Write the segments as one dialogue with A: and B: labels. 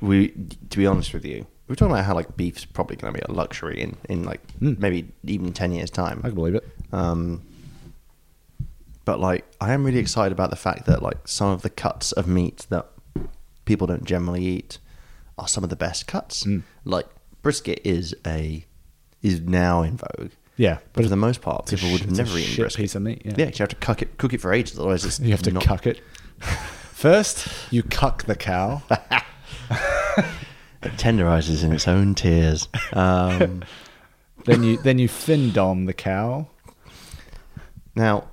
A: we to be honest with you, we were talking about how like beef's probably going to be a luxury in in like
B: Mm.
A: maybe even ten years time.
B: I can believe it.
A: Um, but like, I am really excited about the fact that like some of the cuts of meat that people don't generally eat are some of the best cuts.
B: Mm.
A: Like brisket is a is now in vogue.
B: Yeah,
A: but
B: but
A: for the most part,
B: it's a
A: people
B: sh-
A: would
B: it's a
A: never eat
B: shit
A: brisket.
B: piece of meat, yeah.
A: yeah 'cause you have to cook it, cook it for ages. Otherwise, it's
B: You have to
A: not-
B: cuck it. First, you cuck the cow.
A: It tenderizes in its own tears. Um,
B: then you then you fin dom the cow.
A: Now,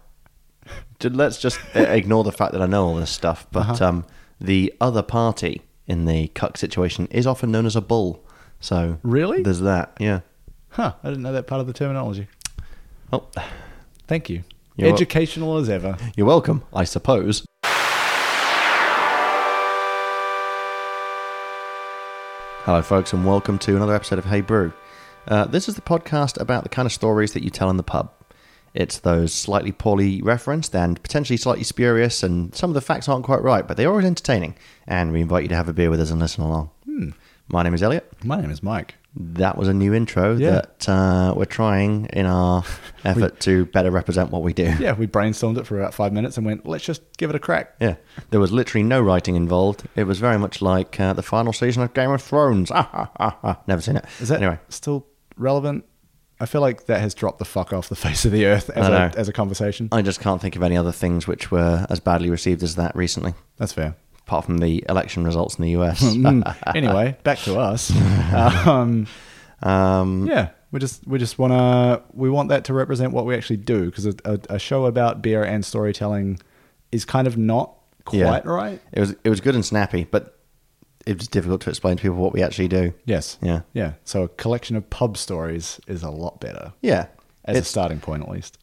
A: d- let's just uh, ignore the fact that I know all this stuff, but
B: Uh-huh.
A: um, the other party in the cuck situation is often known as a bull. So
B: Really?
A: there's that. Yeah.
B: Huh, I didn't know that part of the terminology.
A: Oh,
B: Thank you.
A: You're wel-
B: Educational as ever.
A: you're welcome. I suppose. Hello, folks, and welcome to another episode of Hey Brew. Uh, this is the podcast about the kind of stories that you tell in the pub. It's those slightly poorly referenced and potentially slightly spurious, and some of the facts aren't quite right, but they're always entertaining, and we invite you to have a beer with us and listen along. Hmm. My name is Elliot.
B: My name is Mike.
A: That was a new intro
B: Yeah.
A: that uh, we're trying in our effort to better represent what we do.
B: Yeah, we brainstormed it for about five minutes and went, let's just give it a crack.
A: Yeah, there was literally no writing involved. It was very much like uh, the final season of Game of Thrones. Ah, ah, ah, ah. Never seen it.
B: Is that
A: anyway?
B: still relevant? I feel like that has dropped the fuck off the face of the earth as,
A: I
B: a,
A: know.
B: as a conversation.
A: I just can't think of any other things which were as badly received as that recently,
B: That's fair.
A: apart from the election results in the US.
B: Mm. anyway, back to us. Um,
A: um,
B: yeah, we just we just wanna we want that to represent what we actually do because a, a, a show about beer and storytelling is kind of not quite
A: Yeah.
B: right.
A: It was it was good and snappy, but it was difficult to explain to people what we actually do.
B: Yes.
A: Yeah.
B: Yeah. So a collection of pub stories is a lot better
A: Yeah,
B: as a
A: it's,
B: starting point, at least.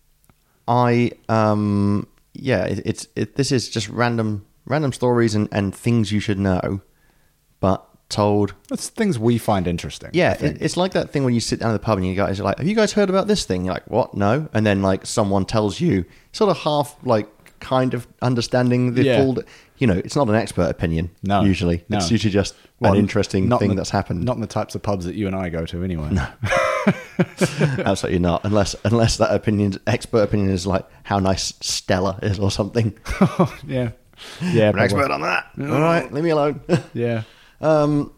A: I um yeah, it, it's it, this is just random random stories and and things you should know, but told
B: It's things we find interesting. I
A: Yeah,
B: think.
A: it, it's like that thing when you sit down at the pub and you guys are like, "Have you guys heard about this thing?" You're like, "What? No." And then like someone tells you, sort of half like kind of understanding the
B: Yeah.
A: full. You know, it's not an expert opinion.
B: No,
A: usually
B: no.
A: it's usually just
B: Well,
A: an interesting
B: not in
A: thing
B: the-
A: that's happened.
B: Not in the types of pubs that you and I go to, anyway.
A: Absolutely not, unless unless that opinion, expert opinion, is like how nice Stella is or something.
B: yeah. Yeah.
A: I'm an
B: probably.
A: expert on that. All right, leave me alone.
B: Yeah.
A: um,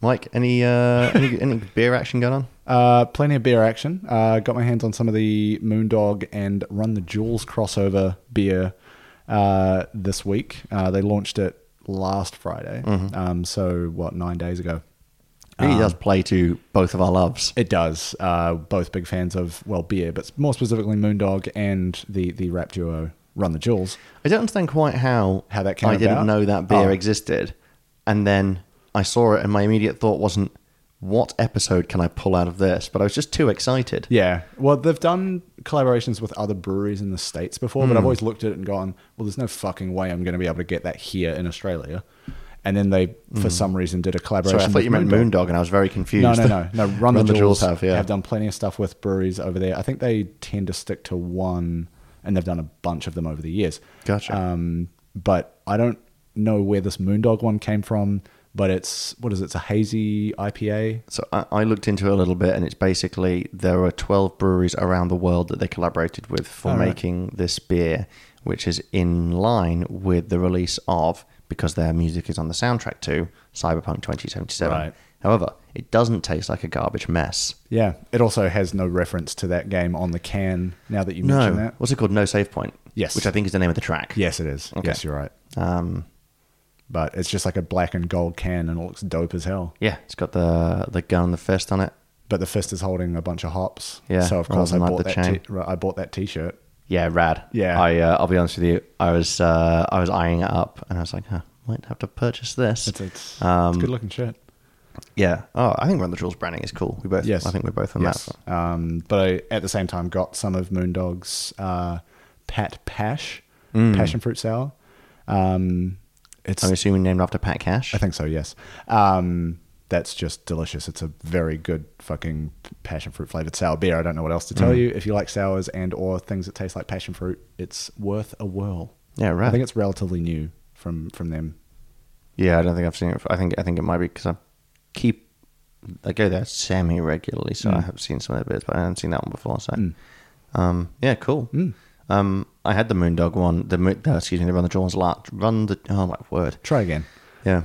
A: Mike, any uh, any, any beer action going on?
B: Uh, plenty of beer action. Uh, got my hands on some of the Moondog and Run the Jewels crossover beer uh, this week. Uh, they launched it last Friday. Um, so, what, nine days ago?
A: Really
B: Um,
A: does play to both of our loves.
B: It does. Uh, both big fans of, well, beer, but more specifically Moondog and the, the rap duo Run the Jewels.
A: I don't understand quite how
B: How that came
A: I didn't
B: about?
A: know that beer
B: Oh.
A: existed, and then I saw it, and my immediate thought wasn't, "What episode can I pull out of this?" But I was just too excited.
B: Yeah. Well, they've done collaborations with other breweries in the States before, but I've
A: Hmm.
B: always looked at it and gone, well, there's no fucking way I'm going to be able to get that here in Australia. And then they, for some reason, did a collaboration.
A: Hmm. Sorry, I thought
B: with
A: you meant
B: Moondog.
A: Moondog, and I was very confused.
B: No, no, no, no. Run, the, Jewels
A: have, yeah.
B: done plenty of stuff with breweries over there. I think they tend to stick to one, and they've done a bunch of them over the years.
A: Gotcha.
B: Um, but I don't know where this Moondog one came from. But it's what is it? It's a hazy IPA.
A: So I, I looked into it a little bit, and it's basically there are 12 breweries around the world that they collaborated with for
B: Oh, right.
A: making this beer, which is in line with the release of, because their music is on the soundtrack to, Cyberpunk 2077.
B: Right.
A: However, it doesn't taste like a garbage mess.
B: Yeah. It also has no reference to that game on the can. Now that you
A: No.
B: mention that,
A: What's it called? No Save Point?
B: Yes.
A: Which I think is the name of the track.
B: yes, it is.
A: Okay.
B: Yes, you're right.
A: Um,
B: But it's just like a black and gold can, and it looks dope as hell.
A: yeah, it's got the, the gun and the fist on it.
B: But the fist is holding a bunch of hops.
A: Yeah,
B: So of course I
A: rather than
B: bought,
A: like the
B: that t- I bought that T-shirt.
A: Yeah, rad.
B: Yeah.
A: I uh, I'll be honest with you. I was uh, I was eyeing it up, and I was like, huh, might have to purchase this.
B: It's it's,
A: Um,
B: it's good looking shirt.
A: Yeah. Oh, I think Run the Jewels branding is cool. We both.
B: Yes,
A: I think we're both on
B: yes.
A: that.
B: Um, but I at the same time got some of Moondog's uh, Pat Pash
A: Mm.
B: passion fruit sour. Um, it's
A: I'm assuming named after Pat Cash.
B: I think so. Yes. Um, that's just delicious. It's a very good fucking passion fruit flavored sour beer. I don't know what else to tell you. If you like sours and or things that taste like passion fruit, it's worth a whirl.
A: Yeah, right.
B: I think it's relatively new from from them.
A: Yeah, I don't think I've seen it. I think I think it might be because I keep I go there semi regularly, so
B: Mm.
A: I have seen some of their bits, but I haven't seen that one before. So, um, yeah, cool.
B: Mm.
A: Um, I had the Moondog one. The Moon- uh, excuse me, the Run the Jewels lot. Run the oh my word.
B: Try again.
A: Yeah,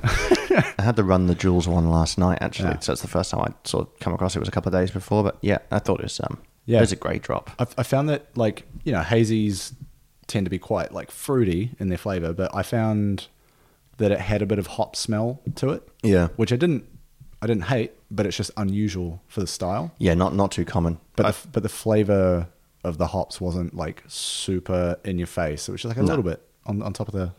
A: I had the Run the Jewels one last night actually.
B: Yeah.
A: So that's the first time I sort of come across it. It was a couple of days before, but yeah, I thought it was um,
B: Yeah.
A: it was a great drop.
B: I, I found that like you know hazies tend to be quite like fruity in their flavor, but I found that it had a bit of hop smell to it.
A: Yeah.
B: which I didn't I didn't hate, but it's just unusual for the style.
A: Yeah, not not too common.
B: But the, but the flavor of the hops wasn't like super in your face. It was just like a little bit on on top of the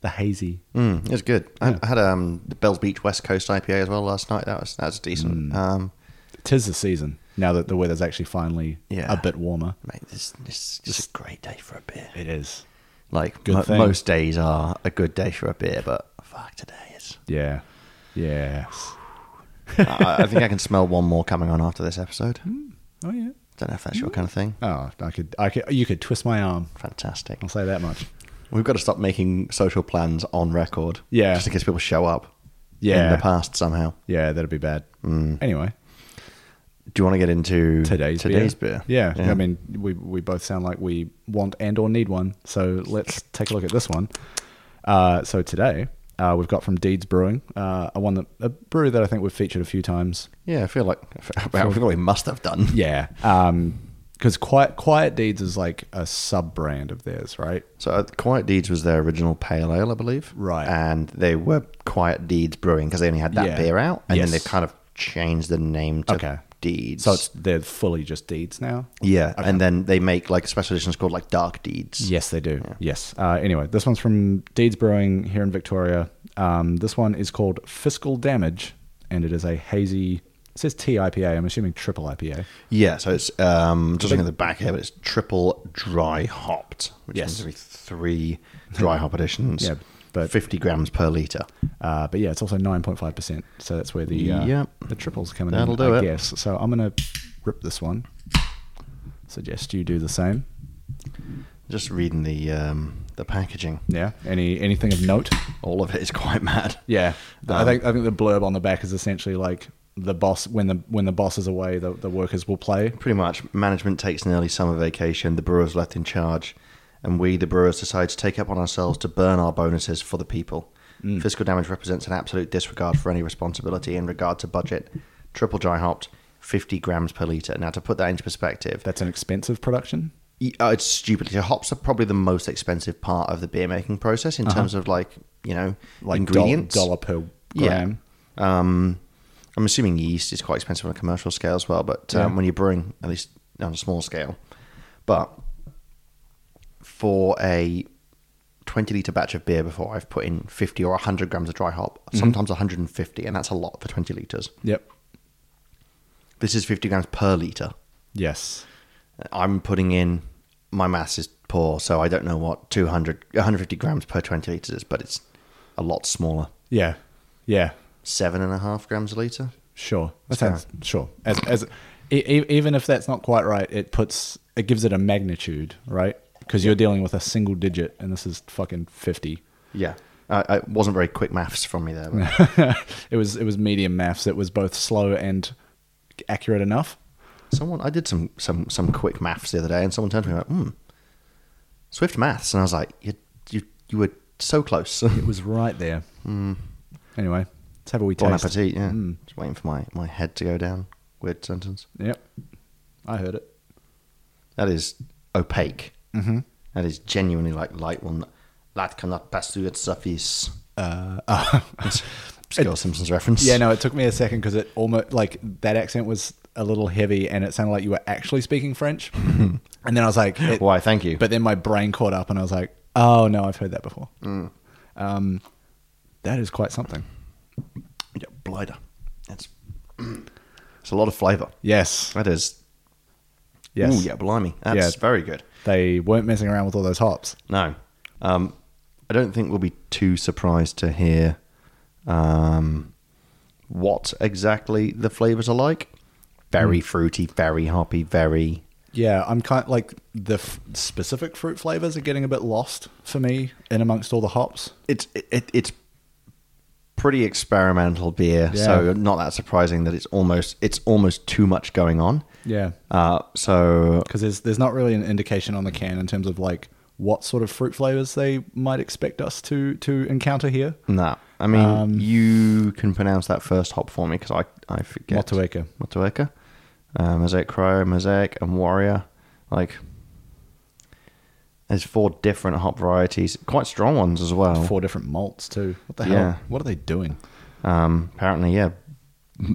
B: the hazy.
A: Mm, it was good. I, I had um the Bells Beach West Coast IPA as well last night. That was that was decent.
B: Mm.
A: Um,
B: Tis the season now that the weather's actually finally
A: Yeah.
B: a bit warmer.
A: mate, this this is just a great day for a beer.
B: It is.
A: Like
B: Good
A: mo-
B: thing.
A: most days are a good day for a beer, but fuck today is.
B: Yeah. Yes.
A: I, I think I can smell one more coming on after this episode.
B: Oh yeah.
A: Don't know if that's your kind of thing.
B: Oh, I could I could you could twist my arm.
A: Fantastic.
B: I'll say that much.
A: We've got to stop making social plans on record.
B: Yeah.
A: just in case people show up. in
B: Yeah.
A: the past somehow.
B: Yeah, that'd be bad. Anyway,
A: Do you want to get into
B: today's
A: today's
B: beer.
A: beer?
B: Yeah, I mean, we we both sound like we want and or need one. So let's take a look at this one. Uh, so today uh, we've got from Deeds Brewing, uh, a one that a brewery that I think we've featured a few times.
A: yeah. I feel like well, we probably must have done.
B: Yeah, because Um, Quiet Quiet Deeds is like a sub brand of theirs, right?
A: So uh, Quiet Deeds was their original pale ale, I believe.
B: Right.
A: And they were Quiet Deeds Brewing because they only had that
B: Yeah.
A: beer out, and
B: Yes.
A: then they kind of changed the name to
B: Okay.
A: Deeds.
B: So it's they're fully just Deeds now.
A: yeah, and then they make like special editions called like Dark Deeds.
B: Yes, they do. Yes. Uh, anyway, this one's from Deeds Brewing here in Victoria. Um, this one is called Fiscal Damage, and it is a hazy. It says TIPA. I'm assuming triple IPA.
A: Yeah. So it's um just looking at the back here, but it's triple dry hopped, which
B: Yes.
A: means there'll be three dry hop editions.
B: Yeah, but-
A: fifty grams per liter.
B: Uh, but yeah, it's also 9.5 percent. So that's where the uh,
A: Yep.
B: the triples coming
A: That'll
B: in.
A: do
B: I
A: it.
B: guess. So I'm gonna rip this one. Suggest you do the same.
A: Just reading the um the packaging,
B: Yeah. Any anything of note?
A: all of it is quite mad.
B: Yeah. I
A: Um,
B: think I think the blurb on the back is essentially like the boss when the when the boss is away, the, the workers will play.
A: Pretty much, management takes an early summer vacation, the brewers left in charge, and we, the brewers, decide to take up on ourselves to burn our bonuses for the people. Fiscal damage represents an absolute disregard for any responsibility in regard to budget. Triple dry hopped, 50 grams per litre. Now, to put that into perspective,
B: That's an expensive production.
A: y- oh, it's stupidly. So hops are probably the most expensive part of the beer making process in terms of, like, you know,
B: like
A: ingredients.
B: dollar, dollar per gram.
A: Yeah. Um, I'm assuming yeast is quite expensive on a commercial scale as well, but um,
B: Yeah.
A: when you're brewing, at least on a small scale. But for a 20 litre batch of beer before, I've put in 50 or 100 grams of dry hop, sometimes 150, and that's a lot for 20 litres.
B: Yep.
A: This is 50 grams per litre.
B: Yes.
A: I'm putting in, my mass is poor, so I don't know what 200, 150 grams per 20 litres is, but it's a lot smaller.
B: Yeah. Yeah.
A: Seven and a half grams a litre?
B: Sure. That
A: That's fair.
B: sounds sure. As as e- e- even if that's not quite right, it puts it gives it a magnitude, right? Because you're dealing with a single digit, and this is fucking fifty.
A: Yeah. Uh, it wasn't very quick maths from me there. But
B: it was it was medium maths. It was both slow and accurate enough.
A: someone, I did some, some, some quick maths the other day, and someone turned to me like, "Hmm, Swift maths," and I was like, "You, you, you were so close."
B: It was right there. Anyway, let's have a wee
A: Hmm. bon
B: taste.
A: appetit. Yeah.
B: Mm.
A: Just waiting for my, my head to go down. Weird sentence.
B: Yep. I heard it.
A: That is opaque.
B: Mm-hmm.
A: That is genuinely like light one. That cannot pass through its surface.
B: Uh,
A: Skill Simpsons reference.
B: Yeah, no, it took me a second because it almost like that accent was a little heavy, and it sounded like you were actually speaking French. and then I was like, it-
A: Why? Thank you.
B: But then my brain caught up, and I was like, oh no, I've heard that before.
A: Mm.
B: Um, that is quite something.
A: yeah, blider. It's it's a lot of flavour.
B: Yes,
A: That is.
B: yes.
A: Ooh, yeah, blimey. That's
B: Yeah.
A: very good.
B: They weren't messing around with all those hops.
A: No. Um, I don't think we'll be too surprised to hear um, what exactly the flavours are like. Very
B: Hmm.
A: fruity, very hoppy, very.
B: Yeah, I'm kind like the f- specific fruit flavors are getting a bit lost for me in amongst all the hops.
A: It's it, it, it's pretty experimental beer, so
B: Yeah.
A: not that surprising that it's almost it's almost too much going on.
B: Yeah.
A: Uh, so
B: because there's there's not really an indication on the can in terms of like what sort of fruit flavors they might expect us to to encounter here.
A: no, I mean
B: Um,
A: you can pronounce that first hop for me because I I forget.
B: Motueka.
A: Motueka, uh, Mosaic Cryo, Mosaic, and Warrior. Like there's four different hop varieties, quite strong ones as well.
B: Four different malts too. What the
A: Oh. Yeah.
B: hell? What are they doing?
A: Um, apparently, yeah,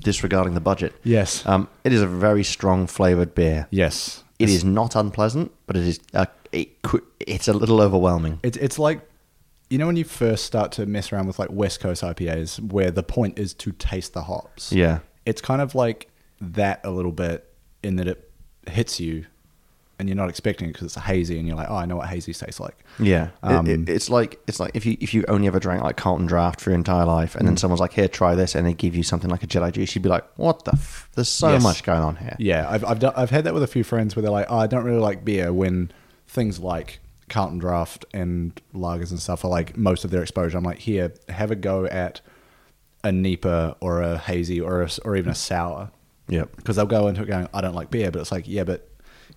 A: disregarding the budget.
B: Yes.
A: Um, it is a very strong flavored beer.
B: Uh, yes.
A: It is not unpleasant, but it is uh, it could, it's a little overwhelming.
B: It's it's like you know when you first start to mess around with like West Coast IPAs where the point is to taste the hops.
A: Yeah.
B: It's kind of like that a little bit in that it hits you and you're not expecting it because it's hazy and you're like, "Oh, I know what hazy tastes like."
A: Yeah, It-
B: Um,
A: it- it's like it's like if you if you only ever drank like Carlton Draft for your entire life, and then
B: Mm.
A: someone's like, "Here, try this," and they give you something like a Jedi juice, you'd be like, "What the? F- There's so
B: Yes.
A: much going on here."
B: Yeah, I've I've, done, I've had that with a few friends where they're like, oh, I don't really like beer when things like Carlton Draft and lagers and stuff are like most of their exposure. I'm like, here, have a go at a Nipah or a hazy or a s or even a sour
A: Yep.
B: because they'll go into it going, I don't like beer, but it's like, yeah, but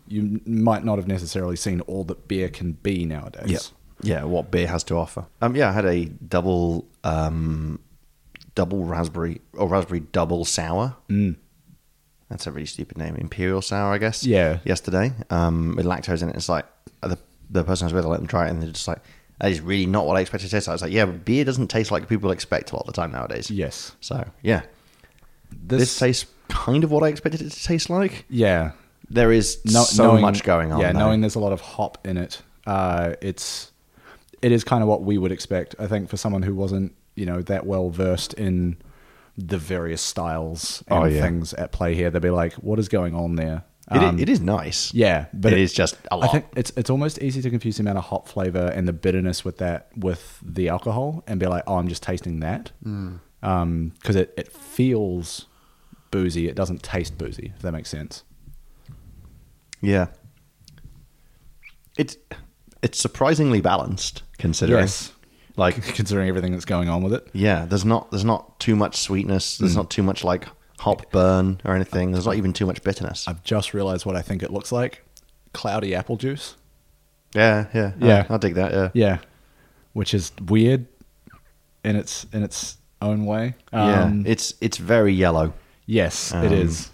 B: you m- might not have necessarily seen all that beer can be nowadays.
A: Yeah. Yeah. What beer has to offer? Um. Yeah, I had a double um, double raspberry or raspberry double sour. Mm. That's a really stupid name, imperial sour, I guess.
B: Yeah.
A: Yesterday, um, with lactose in it, it's like uh, the the person I was with, I let them try it, and they're just like, "That is really not what I expected to taste." like." I was like, "Yeah, but beer doesn't taste like people expect a lot of the time nowadays."
B: Yes.
A: So yeah,
B: This,
A: this, tastes kind of what I expected it to taste like.
B: yeah.
A: There is
B: No-
A: so much going on.
B: Yeah,
A: though.
B: knowing there's a lot of hop in it, uh, it's it is kind of what we would expect. I think for someone who wasn't you know that well versed in the various styles and
A: Oh, yeah.
B: things at play here, they'd be like, "What is going on there?"
A: It i-
B: Um,
A: it is nice.
B: yeah, but
A: it is just a lot.
B: I think it's it's almost easy to confuse the amount of hop flavor and the bitterness with that with the alcohol and be like, "Oh, I'm just tasting that,"
A: Hmm.
B: because it it feels boozy. It doesn't taste boozy. If that makes sense.
A: Yeah. It's it's surprisingly balanced considering.
B: Yes.
A: Like
B: considering everything that's going on with it.
A: yeah, there's not there's not too much sweetness.
B: Hmm.
A: There's not too much like hop burn or anything. There's not even too much bitterness.
B: I've just realized what I think it looks like. Cloudy apple juice.
A: Yeah, yeah.
B: Yeah.
A: I, I dig that, yeah.
B: Yeah. Which is weird in its in its own way. Um,
A: yeah. It's it's very yellow.
B: yes,
A: Um,
B: it is.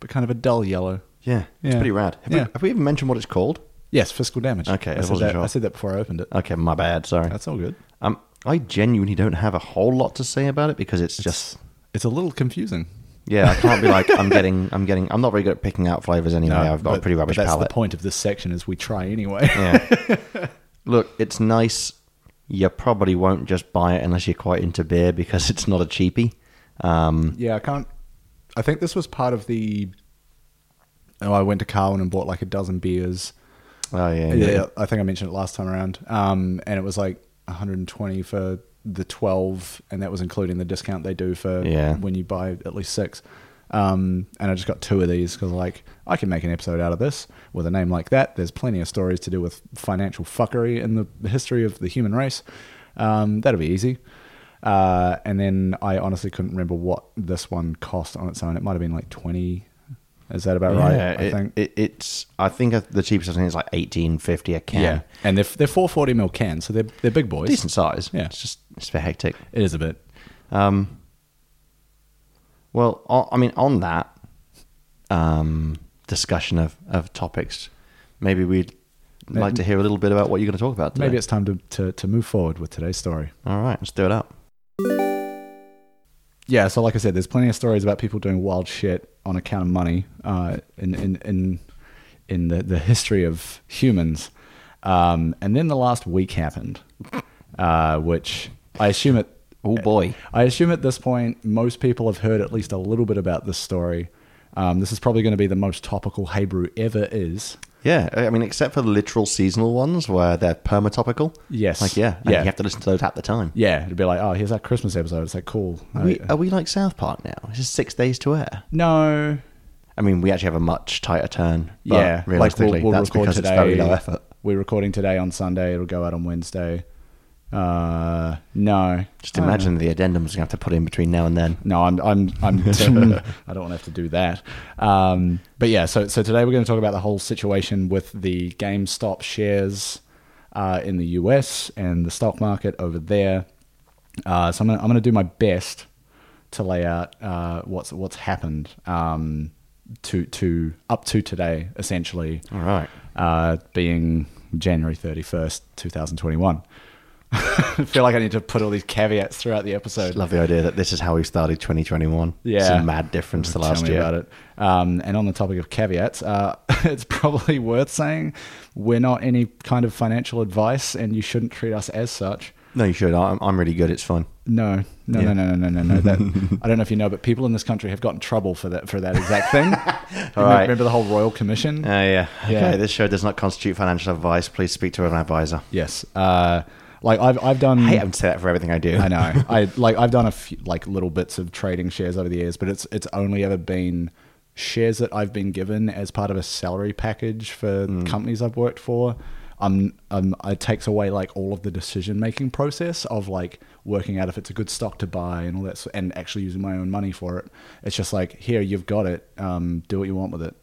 B: But kind of a dull yellow.
A: Yeah. It's
B: Yeah.
A: pretty rad. Have,
B: Yeah.
A: we, have we even mentioned what it's called?
B: Yes, physical damage.
A: Okay, I
B: I, said
A: wasn't
B: that,
A: sure.
B: I said that before I opened it.
A: Okay, my bad, sorry.
B: That's all good.
A: um I genuinely don't have a whole lot to say about it because it's just
B: It's, it's a little confusing.
A: Yeah, I can't be like I'm getting, I'm getting, I'm not very good at picking out flavors anyway. I've got a
B: Uh, but-
A: pretty rubbish
B: but that's
A: palate.
B: the point of this section is we try anyway.
A: Yeah. Look, it's nice. You probably won't just buy it unless you're quite into beer because it's not a cheapie. Um,
B: Yeah, I can't. I think this was part of the. Oh, I went to Carwin and bought like a dozen beers.
A: oh yeah,
B: Yeah, I think I mentioned it last time around. Um, and it was like 120 for the 12, and that was including the discount they do for
A: Yeah.
B: when you buy at least six. Um, and I just got two of these because like I can make an episode out of this with a name like that. There's plenty of stories to do with financial fuckery in the, the history of the human race. Um, that'll be easy. Uh, and then I honestly couldn't remember what this one cost on its own. It might have been like 20. Is that about right?
A: Yeah,
B: I
A: it-
B: think.
A: it- it's. I think the cheapest thing is like eighteen fifty a can.
B: Yeah, and they're they're four forty mil cans, so they're they're big boys.
A: decent size.
B: Yeah.
A: it's just it's a bit hectic.
B: It is a bit.
A: Well, o- I mean, on that um, discussion of of topics, maybe we'd like to hear a little bit about what you're going to talk about. Today.
B: Maybe it's time to, to to move forward with today's story.
A: all right. Let's do it up.
B: Yeah, so like I said, there's plenty of stories about people doing wild shit on account of money uh, in in in in the the history of humans. Um, and then the last week happened, uh, which I assume it.
A: Oh boy.
B: I assume at this point most people have heard at least a little bit about this story. Um, this is probably going to be the most topical hay brew ever is.
A: Yeah, I I mean, except for the literal seasonal ones where they're permatopical.
B: Yes.
A: Like, yeah, and
B: Yeah.
A: you have to listen to those at the time.
B: Yeah, it'd be like, oh, here's that Christmas episode. It's like, cool.
A: Are, we, are we like South Park now? It's just six days to air.
B: no.
A: I mean, we actually have a much tighter turn. But
B: yeah,
A: realistically, that's because it's very low effort.
B: We're recording today on Sunday. It'll go out on Wednesday. Uh, no.
A: Just imagine the addendums you have to put in between now and then.
B: No, I'm, I'm, I'm I don't want to have to do that. Um, but yeah, so, so today we're going to talk about the whole situation with the GameStop shares uh, in the US and the stock market over there. Uh, so I'm going to I'm gonna do my best to lay out uh, what's, what's happened um, to, to up to today, essentially,
A: All right.
B: uh, being January 31st, 2021. I feel like I need to put all these caveats throughout the episode.
A: Love the idea that this is how we started 2021. It's
B: Yeah.
A: a mad difference to
B: Tell
A: last
B: me
A: year.
B: about it. Um, and on the topic of caveats, uh, it's probably worth saying we're not any kind of financial advice, and you shouldn't treat us as such.
A: No, you should. I'm, I'm really good. It's fun.
B: No, no,
A: Yeah.
B: no, no, no, no, no. That, I don't know if you know, but people in this country have gotten trouble for that for that exact thing. You
A: All right.
B: Remember the whole royal commission?
A: Oh, yeah.
B: Yeah.
A: Okay, this show does not constitute financial advice. Please speak to an advisor.
B: Yes. Uh, like I've I've done.
A: I hate having to say that for everything I do.
B: I know. I like I've done a few like little bits of trading shares over the years, but it's it's only ever been shares that I've been given as part of a salary package for
A: Hmm.
B: companies I've worked for. Um, um, it takes away like all of the decision making process of like working out if it's a good stock to buy and all that, s- and actually using my own money for it. It's just like here you've got it. Um, do what you want with it.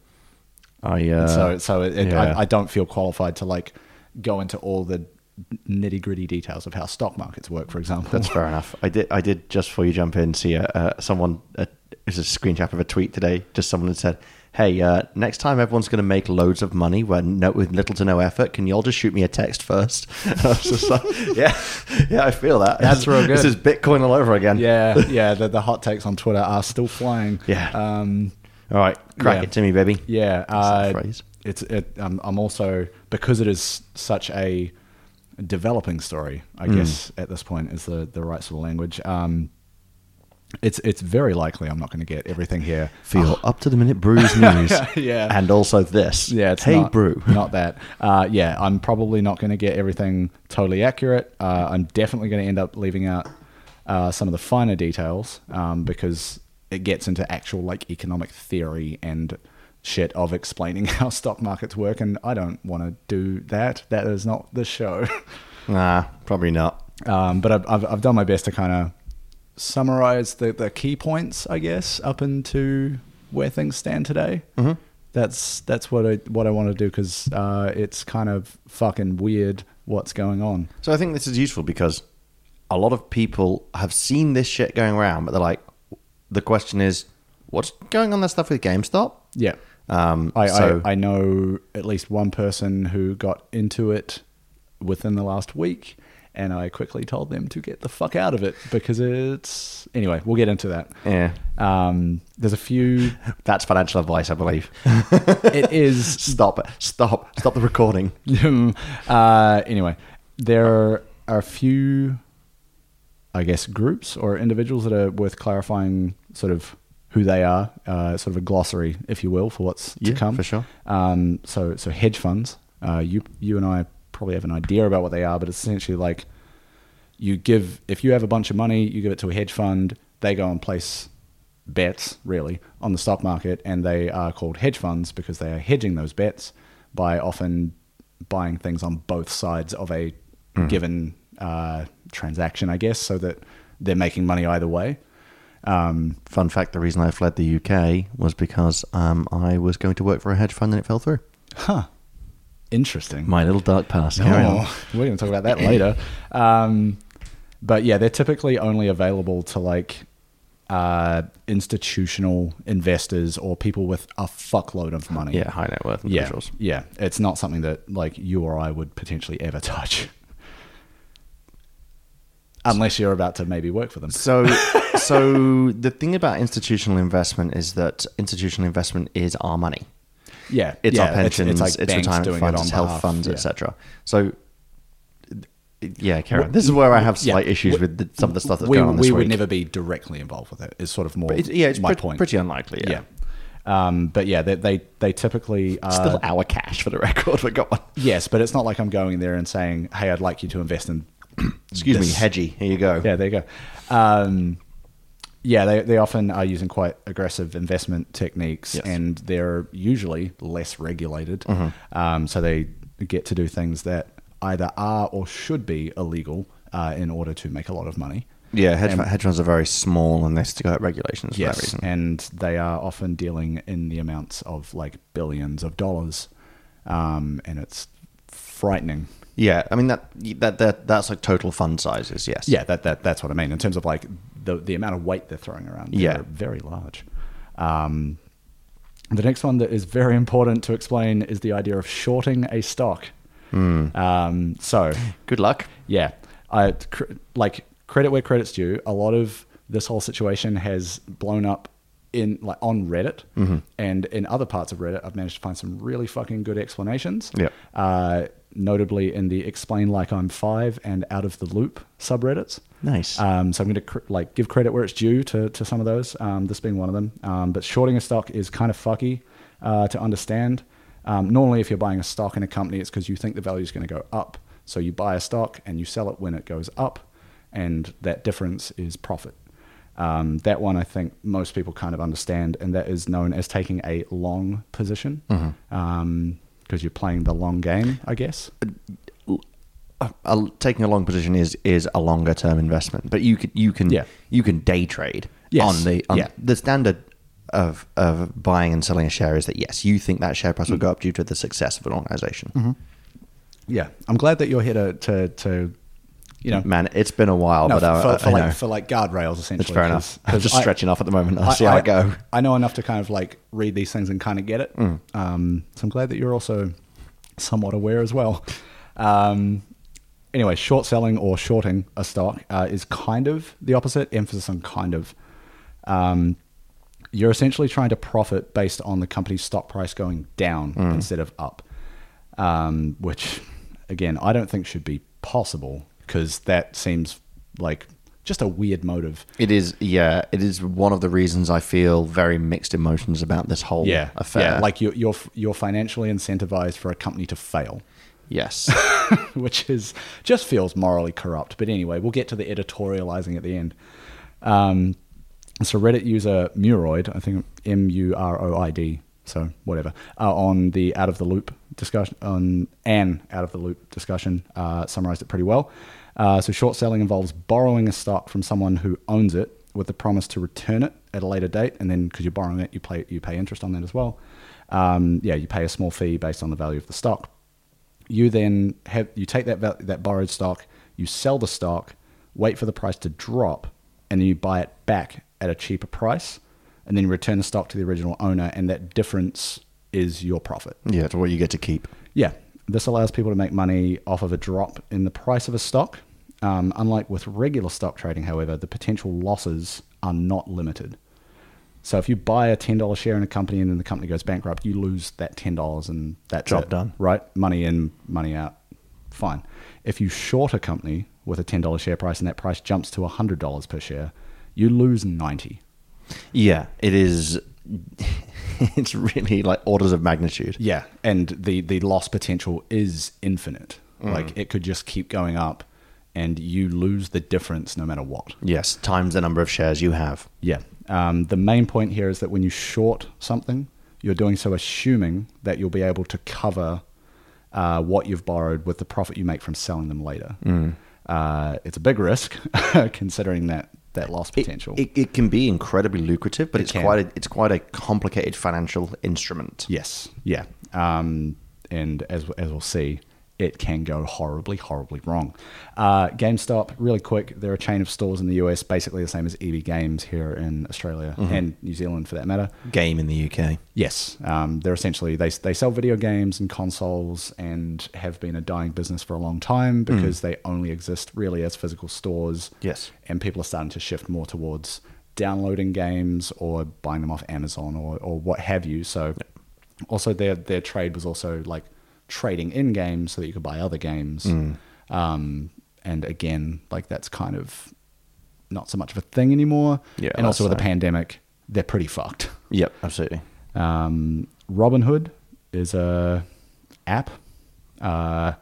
A: I, uh,
B: so so it, it-
A: yeah.
B: I, I don't feel qualified to like go into all the nitty gritty details of how stock markets work, for example.
A: That's fair enough. I did. I did just before you jump in. See, uh, uh, someone uh, is a screenshot of a tweet today. Just someone had said, "Hey, uh, next time everyone's going to make loads of money when no, with little to no effort. Can y'all just shoot me a text first? And I was just like, "Yeah, yeah, I feel that. this,
B: That's
A: is-
B: real good.
A: This is Bitcoin all over again.
B: Yeah, yeah. The, the hot takes on Twitter are still flying.
A: Yeah.
B: Um,
A: All right, crack
B: Yeah.
A: it to me, baby.
B: yeah.
A: that
B: Uh,
A: a phrase?
B: It's. It, um, I'm also because it is such a developing story. I
A: Hmm.
B: guess at this point is the the right sort of language. Um, it's it's very likely I'm not going to get everything here.
A: For your up to the minute brews news.
B: Oh. Yeah.
A: And also this.
B: Yeah, it's
A: hey
B: not,
A: brew.
B: not that. Uh, yeah, I'm probably not going to get everything totally accurate. Uh, I'm definitely going to end up leaving out uh, some of the finer details um, because it gets into actual like economic theory and shit of explaining how stock markets work, and I don't want to do that. That is not the show.
A: Nah, probably not.
B: Um, but I've, I've, I've done my best to kind of summarize the, the key points, I guess, up into where things stand today. Mm-hmm. That's that's what I what I want to do because uh, it's kind of fucking weird what's going on.
A: So I think this is useful because a lot of people have seen this shit going around, but they're like, the question is, what's going on that stuff with GameStop?
B: Yeah,
A: Um,
B: I,
A: so
B: I I know at least one person who got into it within the last week, and I quickly told them to get the fuck out of it because it's anyway. We'll get into that.
A: yeah,
B: Um, there's a few.
A: that's financial advice, I believe.
B: it is
A: stop, it. stop, stop the recording.
B: Um, uh, anyway, there are a few, I guess, groups or individuals that are worth clarifying sort of who they are, uh, sort of a glossary, if you will, for what's
A: Yeah,
B: to come.
A: for sure.
B: Um, so, so hedge funds, uh, you, you and I probably have an idea about what they are, but it's essentially like you give, if you have a bunch of money, you give it to a hedge fund, they go and place bets really on the stock market and they are called hedge funds because they are hedging those bets by often buying things on both sides of a given uh, transaction i guess so that they're making money either way
A: Fun fact: the reason I fled the UK was because um, I was going to work for a hedge fund and it fell through.
B: huh interesting
A: My little dark past. Carry on.
B: Oh, we're going to talk about that later. Um, but yeah, they're typically only available to like uh, institutional investors or people with a fuckload of money.
A: Yeah, high net worth
B: yeah,
A: individuals.
B: yeah. It's not something that like you or I would potentially ever touch, unless you're about to maybe work for them.
A: So, so the thing about institutional investment is that institutional investment is our money.
B: Yeah,
A: it's
B: yeah,
A: our pensions, it's,
B: banks
A: retirement
B: doing it
A: funds,
B: on
A: it's health
B: behalf,
A: funds,
B: yeah.
A: etc. So, yeah, Karen, this is where I have slight
B: yeah.
A: issues with the, some of the stuff that's
B: we,
A: going on this
B: we
A: week.
B: would never be directly involved with it. Is sort of more
A: It's- yeah, it's
B: my
A: pre-
B: point.
A: pretty unlikely. Yeah.
B: yeah. Um, but yeah, they they, they typically are,
A: Still our cash for the record. We got one.
B: yes, but it's not like I'm going in there and saying, "Hey, I'd like you to invest in."
A: Excuse
B: this."
A: me, hedgy. Here you go.
B: Yeah, there you go. Um, yeah, they they often are using quite aggressive investment techniques,
A: Yes.
B: and they're usually less regulated.
A: Mm-hmm.
B: Um, so they get to do things that either are or should be illegal. uh, in order to make a lot of money.
A: Yeah, hedge,
B: And-
A: fu- hedge funds are very small and they stick out regulations for that reason.
B: and they are often dealing in the amounts of like billions of dollars, um, and it's frightening.
A: Yeah, I mean that that that that's like total fund sizes. Yes.
B: Yeah, that, that that's what I mean in terms of like the the amount of weight they're throwing around. They're
A: Yeah.
B: very large. Um, the next one that is very important to explain is the idea of shorting a stock. Um, so
A: Good luck.
B: yeah, I cr- like credit where credit's due. A lot of this whole situation has blown up in like on Reddit and in other parts of Reddit. I've managed to find some really fucking good explanations.
A: Yep.
B: Uh, notably in the "Explain Like I'm Five and "Out of the Loop" subreddits.
A: Nice.
B: Um, so I'm going to cr- like give credit where it's due to, to some of those. Um, this being one of them. Um, but shorting a stock is kind of fucky uh, to understand. Um, normally, if you're buying a stock in a company, it's because you think the value is going to go up. So you buy a stock and you sell it when it goes up, and that difference is profit. Um, that one I think most people kind of understand, and that is known as taking a long position because you're playing the long game, I guess.
A: Uh, uh, taking a long position is is a longer term investment, but you can you can
B: Yeah.
A: you can day trade
B: Yes.
A: on the on
B: Yeah.
A: the standard of of buying and selling a share is that yes, you think that share price
B: Mm.
A: will go up due to the success of an organization.
B: Mm-hmm. Yeah, I'm glad that you're here to to, to you know
A: Man, it's been a while,
B: No,
A: but I,
B: for,
A: I,
B: for
A: I know.
B: like for like guardrails essentially.
A: it's fair enough. I'm just stretching off at the moment. I'll see how I, go. Hmm.
B: I know enough to kind of like read these things and kind of get it. Um, so I'm glad that you're also somewhat aware as well. Um, anyway, short selling or shorting a stock uh, is kind of the opposite. Emphasis on kind of. Um, you're essentially trying to profit based on the company's stock price going down
A: Hmm.
B: instead of up, um, which, again, I don't think should be possible because that seems like just a weird motive.
A: It is, yeah. It is one of the reasons I feel very mixed emotions about this whole
B: yeah,
A: affair.
B: Yeah, like you're you're you're financially incentivized for a company to fail,
A: yes,
B: which is just feels morally corrupt. But anyway, we'll get to the editorializing at the end. Um, so Reddit user Muroid, I think M U R O I D, so whatever, uh, on the out of the loop discussion on an out of the loop discussion uh, summarized it pretty well. Uh, so short selling involves borrowing a stock from someone who owns it with the promise to return it at a later date, and then because you're borrowing it, you pay you pay interest on that as well. Um, yeah, you pay a small fee based on the value of the stock. You then have you take that val- that borrowed stock, you sell the stock, wait for the price to drop, and then you buy it back at a cheaper price, and then you return the stock to the original owner, and that difference is your profit.
A: yeah. It's what you get to keep.
B: Yeah, this allows people to make money off of a drop in the price of a stock. Um, unlike with regular stock trading, however, the potential losses are not limited. So if you buy a ten dollar share in a company and then the company goes bankrupt, you lose that ten dollars and that's
A: Job
B: it,
A: done.
B: Right, money in, money out. Fine. If you short a company with a ten dollar share price and that price jumps to hundred dollars per share, you lose ninety.
A: Yeah, it is. It's really like orders of magnitude.
B: Yeah, and the the loss potential is infinite.
A: Mm.
B: Like it could just keep going up, and you lose the difference no matter what.
A: Yes, times the number of shares you have.
B: Yeah. Um, the main point here is that when you short something, you're doing so assuming that you'll be able to cover uh, what you've borrowed with the profit you make from selling them later.
A: Mm.
B: Uh, it's a big risk considering that that loss
A: It-
B: potential.
A: It, it can be incredibly lucrative, but it's
B: can.
A: quite a, it's quite a complicated financial instrument.
B: Yes. Yeah. Um, and as as we'll see, it can go horribly, horribly wrong. Uh, GameStop, really quick. They're a chain of stores in the US, basically the same as EB Games here in Australia and New Zealand, for that matter.
A: Game in the UK.
B: Yes, um, they're essentially they they sell video games and consoles and have been a dying business for a long time because they only exist really as physical stores.
A: Hmm. Yes.
B: and people are starting to shift more towards downloading games or buying them off Amazon or or what have you. So, also their their trade was also like trading in games so that you could buy other games.
A: Hmm.
B: Um, and again, like that's kind of not so much of a thing anymore.
A: Yeah,
B: and also
A: that's
B: with the
A: right.
B: pandemic, they're pretty fucked.
A: Yep, absolutely.
B: Um, Robinhood is a app. Uh,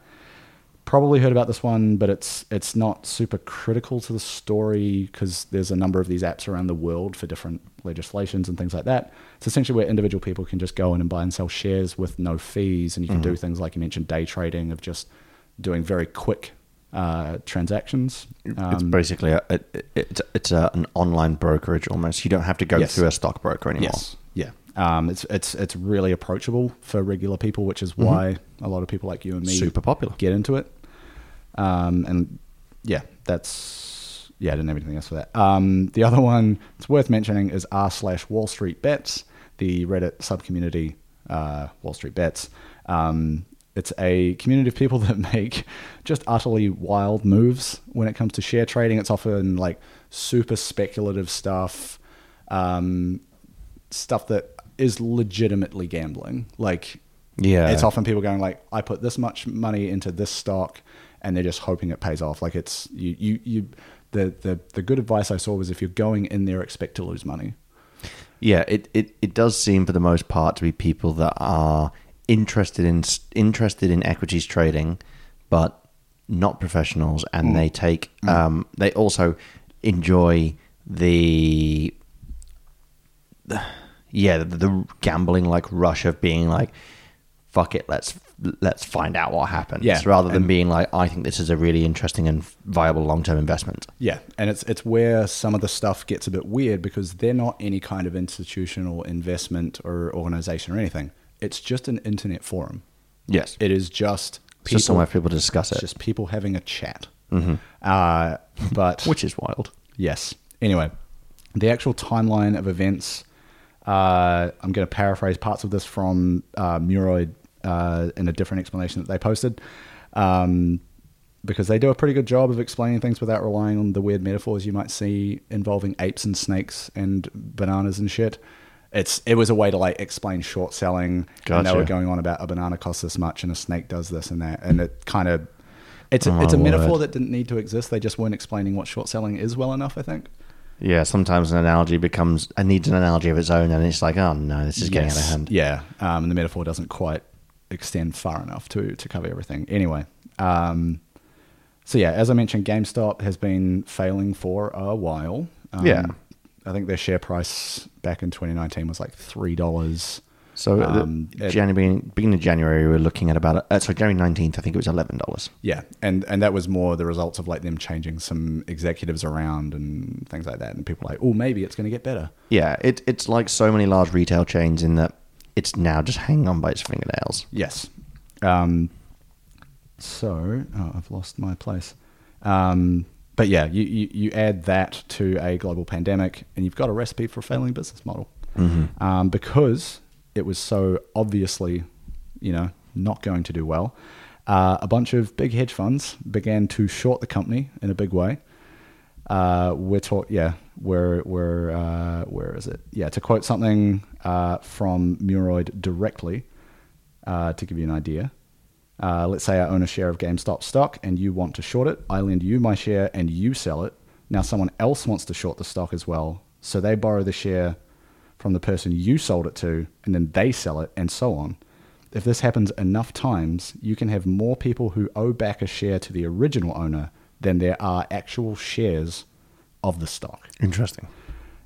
B: probably heard about this one, but it's it's not super critical to the story because there's a number of these apps around the world for different legislations and things like that. It's essentially where individual people can just go in and buy and sell shares with no fees, and you can do things like you mentioned, day trading of just doing very quick uh, transactions. Um,
A: it's basically a, it, it's it's a, an online brokerage almost. You don't have to go
B: Yes.
A: through a stockbroker anymore.
B: Yes. Yeah. Um, it's it's it's really approachable for regular people, which is why a lot of people like you and me
A: Super popular.
B: get into it. Um, and yeah, that's yeah. I didn't have anything else for that. Um, the other one it's worth mentioning is r slash Wall Street Bets, the Reddit subcommunity uh, Wall Street Bets. Um, it's a community of people that make just utterly wild moves when it comes to share trading. It's often like super speculative stuff. Um, stuff that is legitimately gambling. Like,
A: Yeah.
B: it's often people going like, I put this much money into this stock, and they're just hoping it pays off. Like, it's you, you, you. The the the good advice I saw was if you're going in there, expect to lose money.
A: Yeah, it, it, it does seem for the most part to be people that are interested in interested in equities trading, but not professionals, and
B: Mm.
A: they take um, they also enjoy the yeah the, the gambling like rush of being like fuck it let's let's find out what happens
B: Yeah,
A: rather than
B: and-
A: being like I think this is a really interesting and viable long term investment.
B: Yeah, and it's it's where some of the stuff gets a bit weird because they're not any kind of institutional investment or organization or anything. It's just an internet forum.
A: Yes,
B: It is just
A: it's
B: people.
A: just somewhere for people to discuss
B: it's
A: it,
B: just people having a chat. Uh, but
A: which is wild.
B: Yes. Anyway, the actual timeline of events. Uh, I'm going to paraphrase parts of this from uh, Muroid uh, in a different explanation that they posted, um, because they do a pretty good job of explaining things without relying on the weird metaphors you might see involving apes and snakes and bananas and shit. It's it was a way to like explain short selling, and they
A: Gotcha.
B: were going on about a banana costs this much and a snake does this and that, and it kind of it's a,
A: Oh,
B: it's a
A: my
B: metaphor
A: word.
B: that didn't need to exist. They just weren't explaining what short selling is well enough. I think.
A: Yeah, sometimes an analogy becomes it needs an analogy of its own, and it's like, oh no, this is getting out of
B: Yes.
A: hand.
B: Yeah, um, and the metaphor doesn't quite extend far enough to to cover everything. Anyway, um, so yeah, as I mentioned, GameStop has been failing for a while. Um,
A: Yeah.
B: I think their share price back in 2019 was like three dollars.
A: So uh,
B: Um,
A: the,
B: it-
A: January, beginning of January, we were looking at about uh, sorry, January nineteenth. I think it was eleven dollars.
B: Yeah, and and that was more the results of like them changing some executives around and things like that, and people were like, oh, maybe it's going to get better.
A: Yeah, it, it's like so many large retail chains in that it's now just hanging on by its fingernails.
B: Yes. Um, so oh, I've lost my place. Um, but yeah, you, you, you add that to a global pandemic, and you've got a recipe for a failing business model um, because it was so obviously, you know, not going to do well. Uh, a bunch of big hedge funds began to short the company in a big way. Uh, we're taught, yeah, we're, we're, uh, where is it? Yeah, to quote something uh, from Muroid directly, uh, to give you an idea. Uh, let's say I own a share of GameStop stock and you want to short it. I lend you my share and you sell it. Now someone else wants to short the stock as well. So they borrow the share from the person you sold it to and then they sell it and so on. If this happens enough times, you can have more people who owe back a share to the original owner than there are actual shares of the stock.
A: Interesting.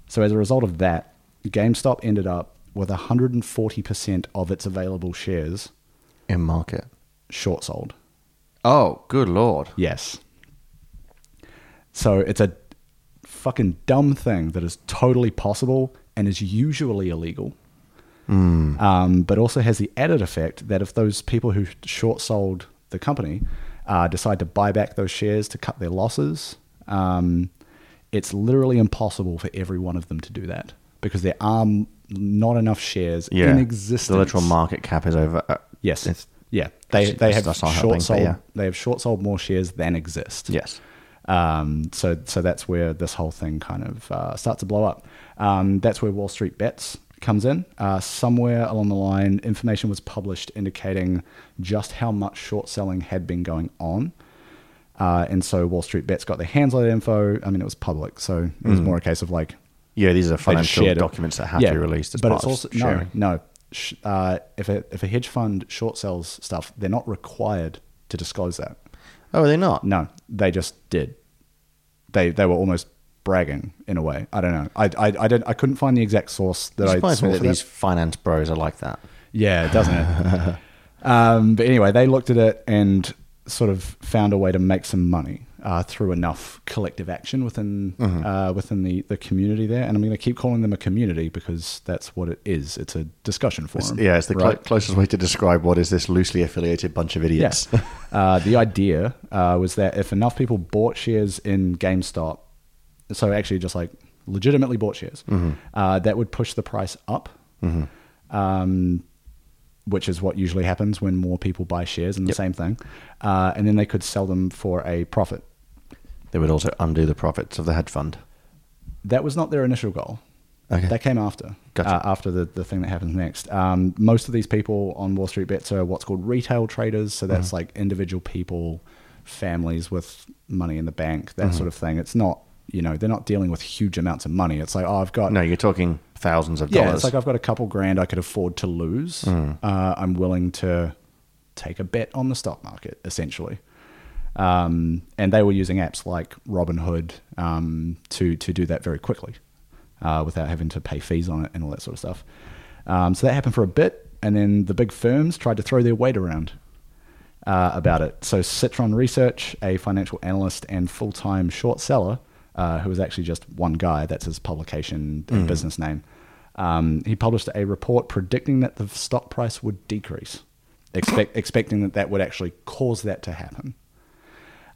B: So as a result of that, GameStop ended up with 140% of its available shares
A: In market.
B: short sold.
A: Oh, good lord.
B: Yes. So it's a fucking dumb thing that is totally possible and is usually illegal.
A: Hmm.
B: Um, but also has the added effect that if those people who short sold the company uh, decide to buy back those shares to cut their losses, um, it's literally impossible for every one of them to do that because there are m- not enough shares
A: Yeah.
B: in existence.
A: The literal market cap is over. Uh,
B: Yes.
A: It's,
B: yeah. They,
A: That's-
B: they have
A: that's
B: short
A: not helping, but
B: sold.
A: yeah.
B: They have short sold more shares than exist.
A: yes.
B: Um, so so that's where this whole thing kind of uh, starts to blow up. Um, that's where Wall Street Bets comes in. Uh, somewhere along the line, information was published indicating just how much short selling had been going on. Uh, and so Wall Street Bets got their hands on that info. I mean, it was public, so it
A: Mm.
B: was more a case of like
A: Yeah, these are
B: they just
A: financial
B: shared it.
A: documents that have
B: Yeah,
A: to be released as
B: but
A: part
B: it's also
A: of sharing.
B: no, no. Sh- Uh, if a if a hedge fund short sells stuff, they're not required to disclose that.
A: Oh, are they not?
B: No, they just did. They they were almost bragging in a way. I don't know. I I I, didn't, I couldn't find the exact source that
A: It
B: I
A: surprised
B: saw
A: me
B: for
A: that these
B: these.
A: finance bros are like that.
B: Yeah, doesn't it? um, but anyway, they looked at it and sort of found a way to make some money uh, through enough collective action within
A: Mm-hmm.
B: uh, within the, the community there. And I'm going to keep calling them a community because that's what it is. It's a discussion forum.
A: Yeah, it's the clo
B: right?
A: closest way to describe what is this loosely affiliated bunch of idiots.
B: Yes. uh, the idea uh, was that if enough people bought shares in GameStop, so actually just like legitimately bought shares, uh, that would push the price up, um, which is what usually happens when more people buy shares in the same thing. Uh, and then they could sell them for a profit.
A: They would also undo the profits of the hedge fund.
B: That was not their initial goal.
A: Okay.
B: That came after,
A: Gotcha.
B: uh, after the, the thing that happens next. Um, most of these people on Wall Street Bets are what's called retail traders. So
A: Mm-hmm.
B: that's like individual people, families with money in the bank, that
A: Mm-hmm.
B: sort of thing. It's not, you know, they're not dealing with huge amounts of money. It's like, oh, I've got,
A: no, you're talking thousands of
B: yeah,
A: dollars. Hmm.
B: it's like I've got a couple grand I could afford to lose. Uh, I'm willing to take a bet on the stock market, essentially. Um, and they were using apps like Robinhood um, to to do that very quickly, uh, without having to pay fees on it and all that sort of stuff. Um, so that happened for a bit, and then the big firms tried to throw their weight around uh, about it. So Citron Research, a financial analyst and full time short seller, uh, who was actually just one guy, that's his publication and business name, um, he published a report predicting that the stock price would decrease, expect, expecting that that would actually cause that to happen.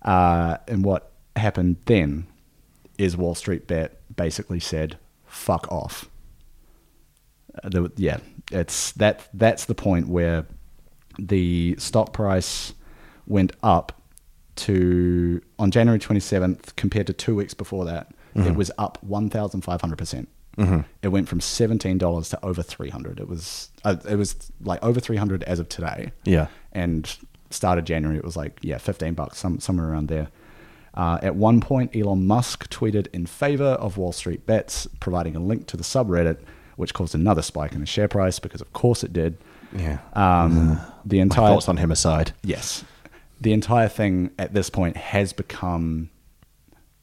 B: Uh, and what happened then is Wall Street Bet basically said, fuck off. Uh, there, were- yeah, it's that that's the point where the stock price went up to on January 27th compared to 2 weeks before that it was up 1500%. percent It went from $17 to over 300. It was uh, it was like over 300 as of today.
A: Yeah.
B: And start of January it was like yeah, 15 bucks some somewhere around there. Uh, at one point, Elon Musk tweeted in favor of Wall Street Bets, providing a link to the subreddit, which caused another spike in the share price because, of course, it did.
A: yeah.
B: Um, the
A: My
B: entire
A: thoughts on him aside.
B: yes, the entire thing at this point has become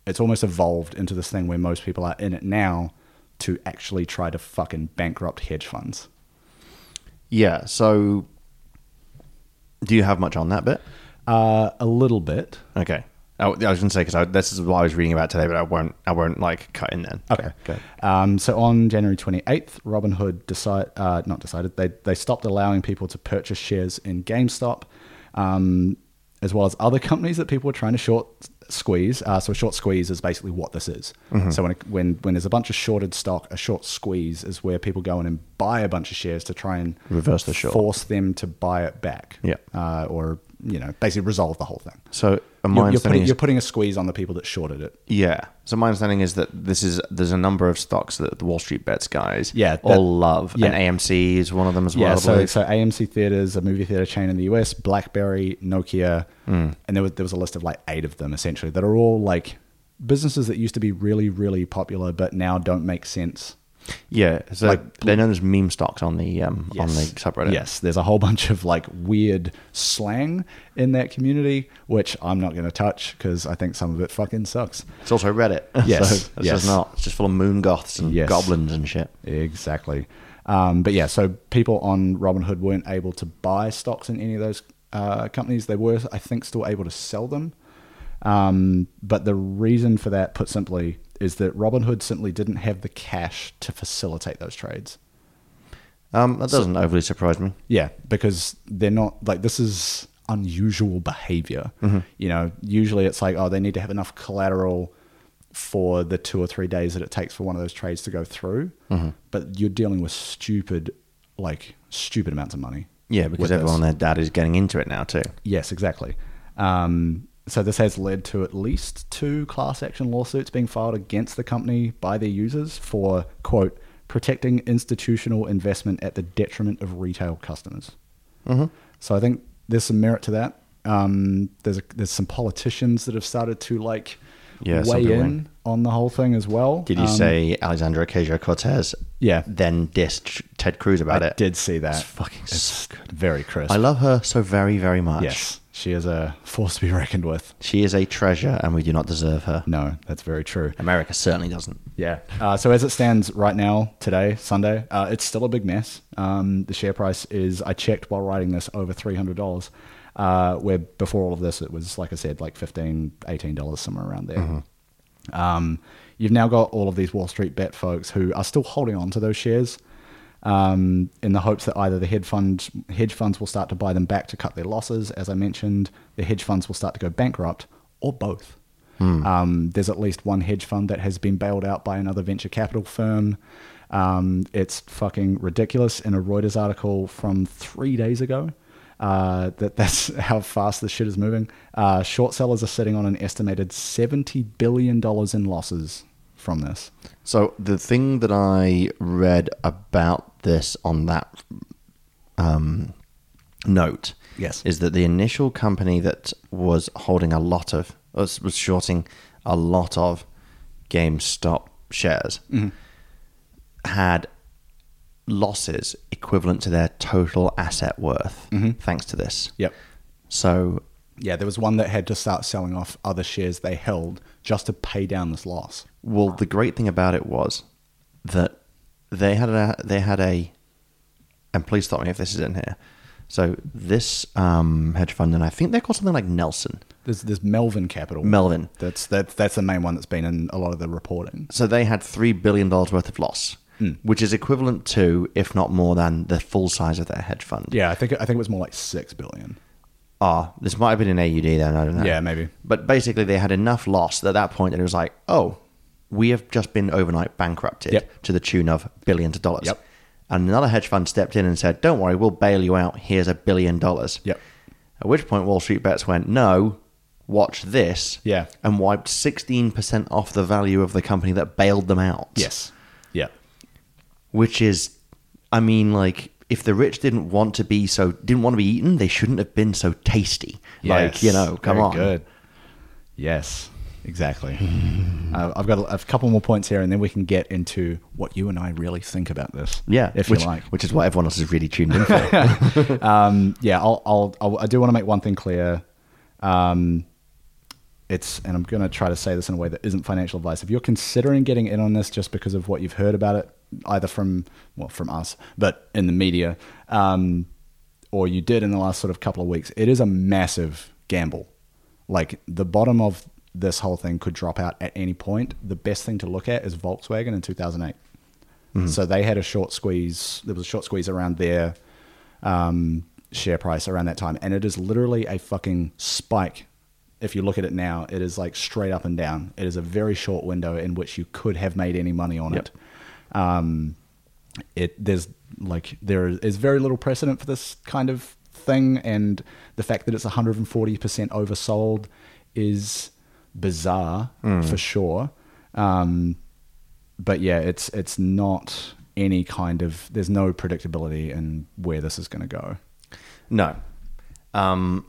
B: it's almost evolved into this thing where most people are in it now to actually try to fucking bankrupt hedge funds.
A: Yeah. So, do you have much on that bit?
B: Uh, a little bit.
A: Okay. I, I was going to say because this is what I was reading about today, but I won't. I won't like cut in then.
B: Okay.
A: Good.
B: Um, so on January 28th, Robinhood decide, uh, not decided, they, they stopped allowing people to purchase shares in GameStop, um, as well as other companies that people were trying to short squeeze. Uh, so a short squeeze is basically what this is.
A: Mm-hmm.
B: So when, it, when, when there's a bunch of shorted stock, a short squeeze is where people go in and buy a bunch of shares to try and
A: Reverse the short.
B: force them to buy it back.
A: Yeah.
B: Uh, or, you know, basically resolve the whole thing.
A: So, uh, my
B: You're, you're,
A: understanding
B: putting,
A: is-
B: you're putting a squeeze on the people that shorted it.
A: Yeah. So my understanding is that this is there's a number of stocks that the Wall Street bets guys
B: Yeah, that-
A: all love,
B: yeah.
A: and AMC is one of them as well.
B: Yeah,
A: I
B: so,
A: believe.
B: so AMC theaters, a movie theater chain in the US, BlackBerry, Nokia,
A: Mm.
B: and there was there was a list of like eight of them essentially that are all like businesses that used to be really really popular but now don't make sense.
A: yeah. So
B: like-
A: they're known as meme stocks on the um, on the subreddit.
B: Yes, there's a whole bunch of like weird slang in that community, which I'm not going to touch because I think some of it fucking sucks.
A: It's also Reddit.
B: Yes,
A: so it's
B: yes.
A: just not. It's just full of moon goths and
B: Yes.
A: goblins and shit.
B: Exactly. Um, but yeah, so people on Robinhood weren't able to buy stocks in any of those uh, companies. They were, I think, still able to sell them. Um, but the reason for that, put simply, is that Robinhood simply didn't have the cash to facilitate those trades.
A: Um, that doesn't overly surprise me.
B: Yeah, because they're not like this is unusual behavior.
A: Mm-hmm.
B: You know, usually it's like, oh, they need to have enough collateral for the two or three days that it takes for one of those trades to go through.
A: Mm-hmm.
B: But you're dealing with stupid, like stupid amounts of money.
A: Yeah, because
B: with
A: everyone
B: this.
A: and their dad is getting into it now too.
B: Yes, exactly. Um, so this has led to at least two class action lawsuits being filed against the company by their users for quote protecting institutional investment at the detriment of retail customers.
A: Mm-hmm.
B: So I think there's some merit to that. Um, there's a, there's some politicians that have started to like
A: Yeah, some
B: weigh
A: people
B: in on the whole thing as well.
A: Did you
B: Um,
A: say Alexandra Ocasio Cortez?
B: Yeah.
A: Then dissed Ted Cruz about
B: I
A: it.
B: did see that?
A: It's fucking so good.
B: Very crisp.
A: I love her so very very much.
B: yes, she is a force to be reckoned with.
A: She is a treasure, and we do not deserve her.
B: No, that's very true.
A: America certainly doesn't.
B: Yeah. Uh, so as it stands right now, today, Sunday, uh, it's still a big mess. Um, the share price is, I checked while writing this, over $300. Uh, where before all of this, it was, like I said, like $15, $18, somewhere around there. Um, you've now got all of these Wall Street bet folks who are still holding on to those shares um, in the hopes that either the hedge, fund, hedge funds will start to buy them back to cut their losses, as I mentioned, the hedge funds will start to go bankrupt, or both. Um, there's at least one hedge fund that has been bailed out by another venture capital firm. Um, it's fucking ridiculous. In a Reuters article from three days ago, uh, that that's how fast this shit is moving. Uh, short sellers are sitting on an estimated seventy billion dollars in losses from this.
A: So the thing that I read about this on that um, note,
B: Yes.
A: is that the initial company that was holding a lot of was, was shorting a lot of GameStop shares
B: Mm-hmm.
A: had losses equivalent to their total asset worth, thanks to this.
B: Mm-hmm. Yep.
A: So
B: Yeah, there was one that had to start selling off other shares they held just to pay down this loss.
A: Well, the great thing about it was that they had a they had a, and please stop me if this is in here. So this um, hedge fund, and I think they're called something like Nelson
B: There's there's Melvin Capital.
A: Melvin.
B: That's that's that's the main one that's been in a lot of the reporting.
A: So they had three billion dollars worth of loss, which is equivalent to, if not more than, the full size of their hedge fund.
B: Yeah, I think I think it was more like six billion.
A: Ah, this might have been in AUD then. I don't know.
B: Yeah, maybe.
A: But basically, they had enough loss that at that point that it was like, oh, we have just been overnight bankrupted
B: Yep.
A: to the tune of billions of dollars.
B: Yep.
A: And another hedge fund stepped in and said, don't worry, we'll bail you out. Here's a billion dollars.
B: Yep.
A: At which point, Wall Street Bets went, no, watch this.
B: Yeah.
A: And wiped 16% off the value of the company that bailed them out.
B: Yes. Yeah.
A: Which is, I mean, like, if the rich didn't want to be so didn't want to be eaten, they shouldn't have been so tasty. Like, you
B: Yes.
A: know, come
B: Very
A: on.
B: Good. Yes. Exactly. uh, I've got a, a couple more points here, and then we can get into what you and I really think about this.
A: Yeah,
B: if
A: which,
B: you like.
A: which is what everyone else is really tuned in for.
B: um, yeah, I'll, I'll, I'll, I do want to make one thing clear. Um, it's, and I'm going to try to say this in a way that isn't financial advice. If you're considering getting in on this just because of what you've heard about it, either from, well, from us, but in the media, um, or you did in the last sort of couple of weeks, it is a massive gamble. Like the bottom of this whole thing could drop out at any point. The best thing to look at is Volkswagen in 2008. So they had a short squeeze. There was a short squeeze around their um, share price around that time, and it is literally a fucking spike. If you look at it now, it is like straight up and down. It is a very short window in which you could have made any money on
A: Yep.
B: it. Um, it there's like there is very little precedent for this kind of thing, and the fact that it's 140 percent oversold is bizarre for sure. Um, but yeah, it's it's not any kind of there's no predictability in where this is going to go,
A: No. Um,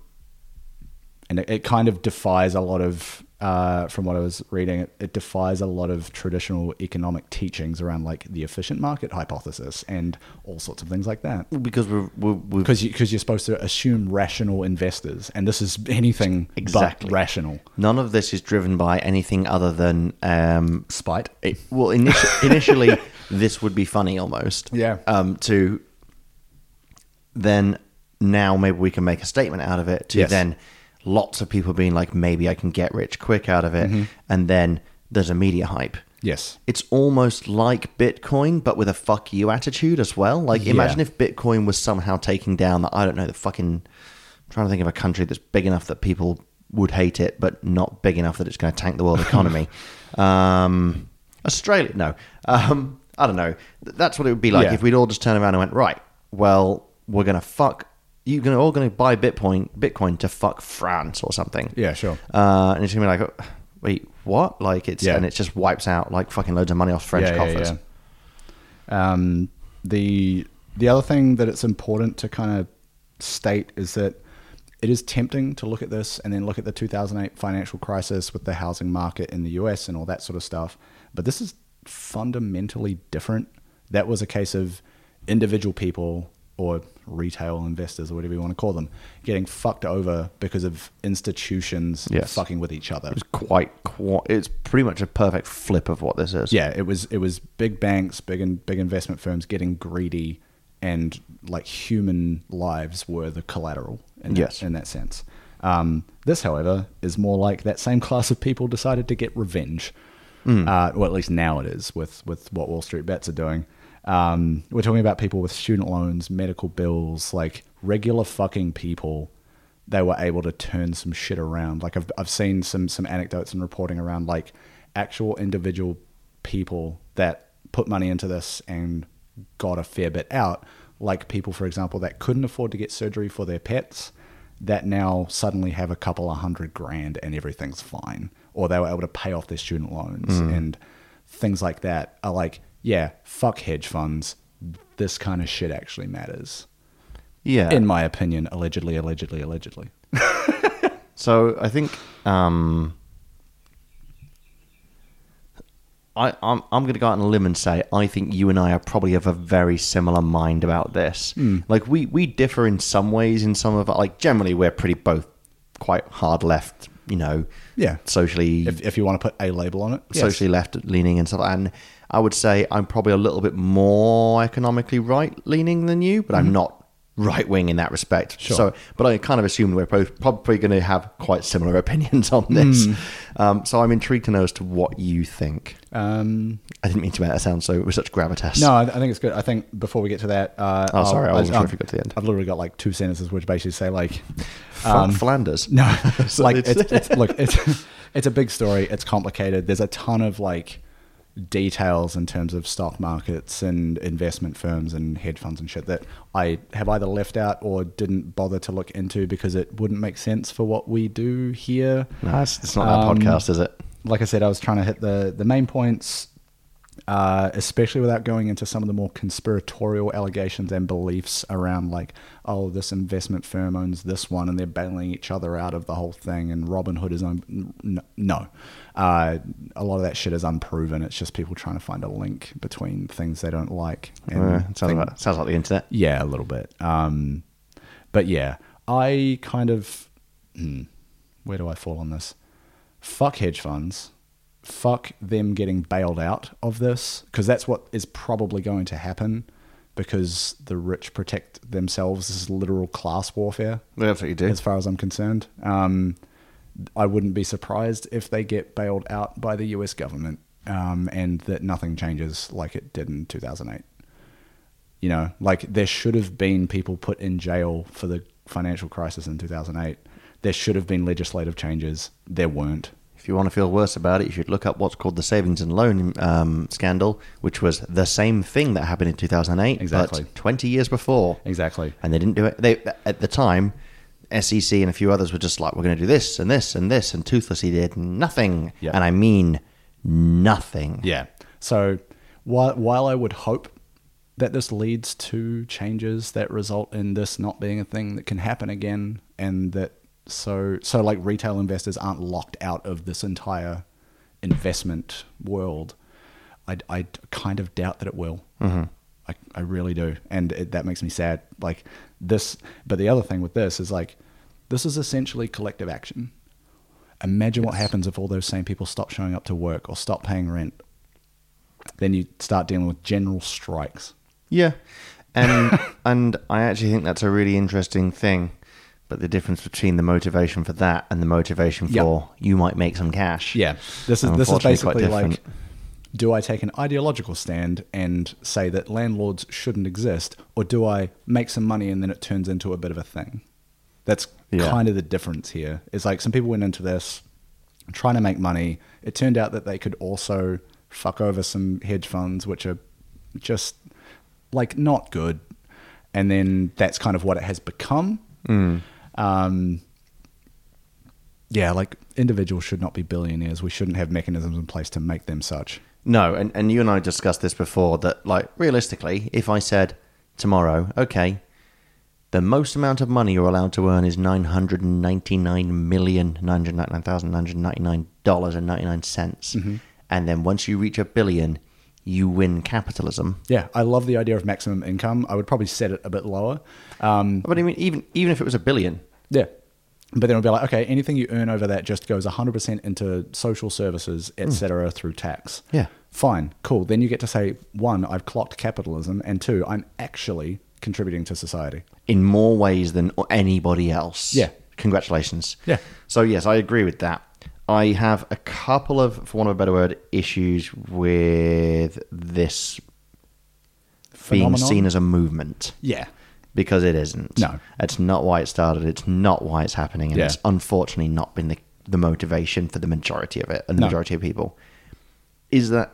B: and it, it kind of defies a lot of uh, from what I was reading, it, it defies a lot of traditional economic teachings around like the efficient market hypothesis and all sorts of things like that.
A: because we're, we're, we're
B: Because you, cause you're supposed to assume rational investors, and this is anything
A: Exactly.
B: but rational.
A: none of this is driven by anything other than um,
B: Spite.
A: it, well, initi- initially this would be funny almost.
B: Yeah.
A: Um, to then now maybe we can make a statement out of it. To
B: Yes.
A: then lots of people being like, maybe I can get rich quick out of it,
B: Mm-hmm.
A: and then there's a media hype.
B: Yes.
A: it's almost like Bitcoin, but with a fuck you attitude as well. Like, imagine if Bitcoin was somehow taking down the, I don't know, the fucking, I'm trying to think of a country that's big enough that people would hate it, but not big enough that it's going to tank the world economy. um, Australia, no. Um, I don't know. Th- That's what it would be like
B: Yeah.
A: if we'd all just turned around and went, right, well, we're going to fuck, you're gonna, all going to buy Bitcoin, Bitcoin to fuck France or something.
B: Yeah, sure.
A: Uh, and it's gonna be like, "Oh, wait, what? Like it's
B: Yeah.
A: and it just wipes out like fucking loads of money off French coffers.
B: yeah. Um, the the other thing that it's important to kind of state is that it is tempting to look at this and then look at the 2008 financial crisis with the housing market in the US and all that sort of stuff. But this is fundamentally different. That was a case of individual people or retail investors or whatever you want to call them getting fucked over because of institutions
A: Yes.
B: fucking with each other.
A: It's quite, quite. It's pretty much a perfect flip of what this is.
B: yeah, it was it was big banks, big and big investment firms getting greedy, and like human lives were the collateral in
A: Yes.
B: that, in that sense. Um, this, however, is more like that same class of people decided to get revenge. Uh, well, at least now it is with, with what Wall Street bets are doing. Um, we're talking about people with student loans, medical bills, like regular fucking people. They were able to turn some shit around. Like I've, I've seen some, some anecdotes and reporting around like actual individual people that put money into this and got a fair bit out. Like people, for example, that couldn't afford to get surgery for their pets that now suddenly have a couple of hundred grand and everything's fine. Or they were able to pay off their student loans
A: Mm.
B: and things like that are like, yeah, fuck hedge funds. This kind of shit actually matters.
A: Yeah.
B: In my opinion, allegedly, allegedly, allegedly.
A: So I think um, I, I'm I'm going to go out on a limb and say I think you and I are probably of a very similar mind about this.
B: Hmm.
A: Like we we differ in some ways in some of our, like generally we're pretty both quite hard left, you know.
B: Yeah.
A: Socially
B: If, if you want to put a label on it, yes.
A: socially left leaning and stuff. And I would say I'm probably a little bit more economically right leaning than you, but I'm not right wing in that respect.
B: Mm-hmm. Sure.
A: So, but I kind of assumed we're both probably going to have quite similar opinions on this.
B: Hmm.
A: Um, so I'm intrigued to know as to what you think.
B: Um,
A: I didn't mean to make that sound so with such gravitas.
B: no, I, I think it's good. I think before we get to that, uh,
A: Oh, sorry, I
B: I'll-
A: wasn't sure
B: I'll-
A: if you got to the end.
B: I've literally got like two sentences which basically say like,
A: Fla- Flanders.
B: um, No,
A: So
B: like
A: it's-
B: it's, it's, look, it's it's a big story. It's complicated. There's a ton of like details in terms of stock markets and investment firms and hedge funds and shit that I have either left out or didn't bother to look into because it wouldn't make sense for what we do here.
A: No, it's, it's not our
B: Um,
A: podcast, is it?
B: Like I said, I was trying to hit the the main points. Uh, especially without going into some of the more conspiratorial allegations and beliefs around like oh this investment firm owns this one and they're bailing each other out of the whole thing and robin hood is on n- no uh, a lot of that shit is unproven it's just people trying to find a link between things they don't like and
A: Uh, sounds,
B: thing-
A: like, sounds like the internet.
B: yeah, a little bit. Um, but yeah, I kind of hmm, where do I fall on this? Fuck hedge funds. Fuck them getting bailed out of this because that's what is probably going to happen because the rich protect themselves. This is literal class warfare
A: That's what you do.
B: as far as I'm concerned. Um, I wouldn't be surprised if they get bailed out by the US government um, and that nothing changes like it did in 2008. You know, like there should have been people put in jail for the financial crisis in 2008. There should have been legislative changes. There weren't.
A: If you want to feel worse about it, you should look up what's called the savings and loan um, scandal, which was the same thing that happened in 2008,
B: Exactly.
A: but 20 years before.
B: Exactly.
A: And they didn't do it. They At the time, SEC and a few others were just like, we're going to do this and this and this. And Toothlessly did nothing.
B: Yeah.
A: And I mean nothing.
B: Yeah. So while while I would hope that this leads to changes that result in this not being a thing that can happen again and that so so like retail investors aren't locked out of this entire investment world I, I kind of doubt that it will I, I really do and it, that makes me sad like this but the other thing with this is like this is essentially collective action Imagine what happens if all those same people stop showing up to work or stop paying rent. Then you start dealing with general strikes.
A: Yeah. And, and I actually think that's a really interesting thing. But the difference between the motivation for that and the motivation
B: Yeah.
A: for you might make some cash.
B: This is this is
A: Unfortunately, quite
B: basically like
A: different.
B: do I take an ideological stand and say that landlords shouldn't exist or do I make some money and then it turns into a bit of a thing? That's
A: Yeah.
B: kind of the difference here. It's like some people went into this trying to make money. It turned out that they could also fuck over some hedge funds which are just like not good. And then that's kind of what it has become. Um, yeah, like individuals should not be billionaires. We shouldn't have mechanisms in place to make them such.
A: No, and, and you and I discussed this before that, like, realistically, if I said tomorrow, okay, the most amount of money you're allowed to earn is $999,999,999.99. And then once you reach a billion, you win capitalism.
B: Yeah, I love the idea of maximum income. I would probably set it a bit lower. Um,
A: But I mean, even, even if it was a billion,
B: yeah. But then it would be like, okay, anything you earn over that just goes 100% into social services, et cetera, through tax.
A: Yeah.
B: Fine, cool. Then you get to say, one, I've clocked capitalism, and two, I'm actually contributing to society.
A: in more ways than anybody else.
B: Yeah.
A: Congratulations.
B: Yeah.
A: So yes, I agree with that. I have a couple of, for want of a better word, issues with this being
B: Phenomenon?
A: seen as a movement
B: Yeah.
A: because it isn't.
B: No.
A: It's not why it started. It's not why it's happening. And
B: Yeah.
A: it's unfortunately not been the, the motivation for the majority of it and the
B: No.
A: majority of people. Is that,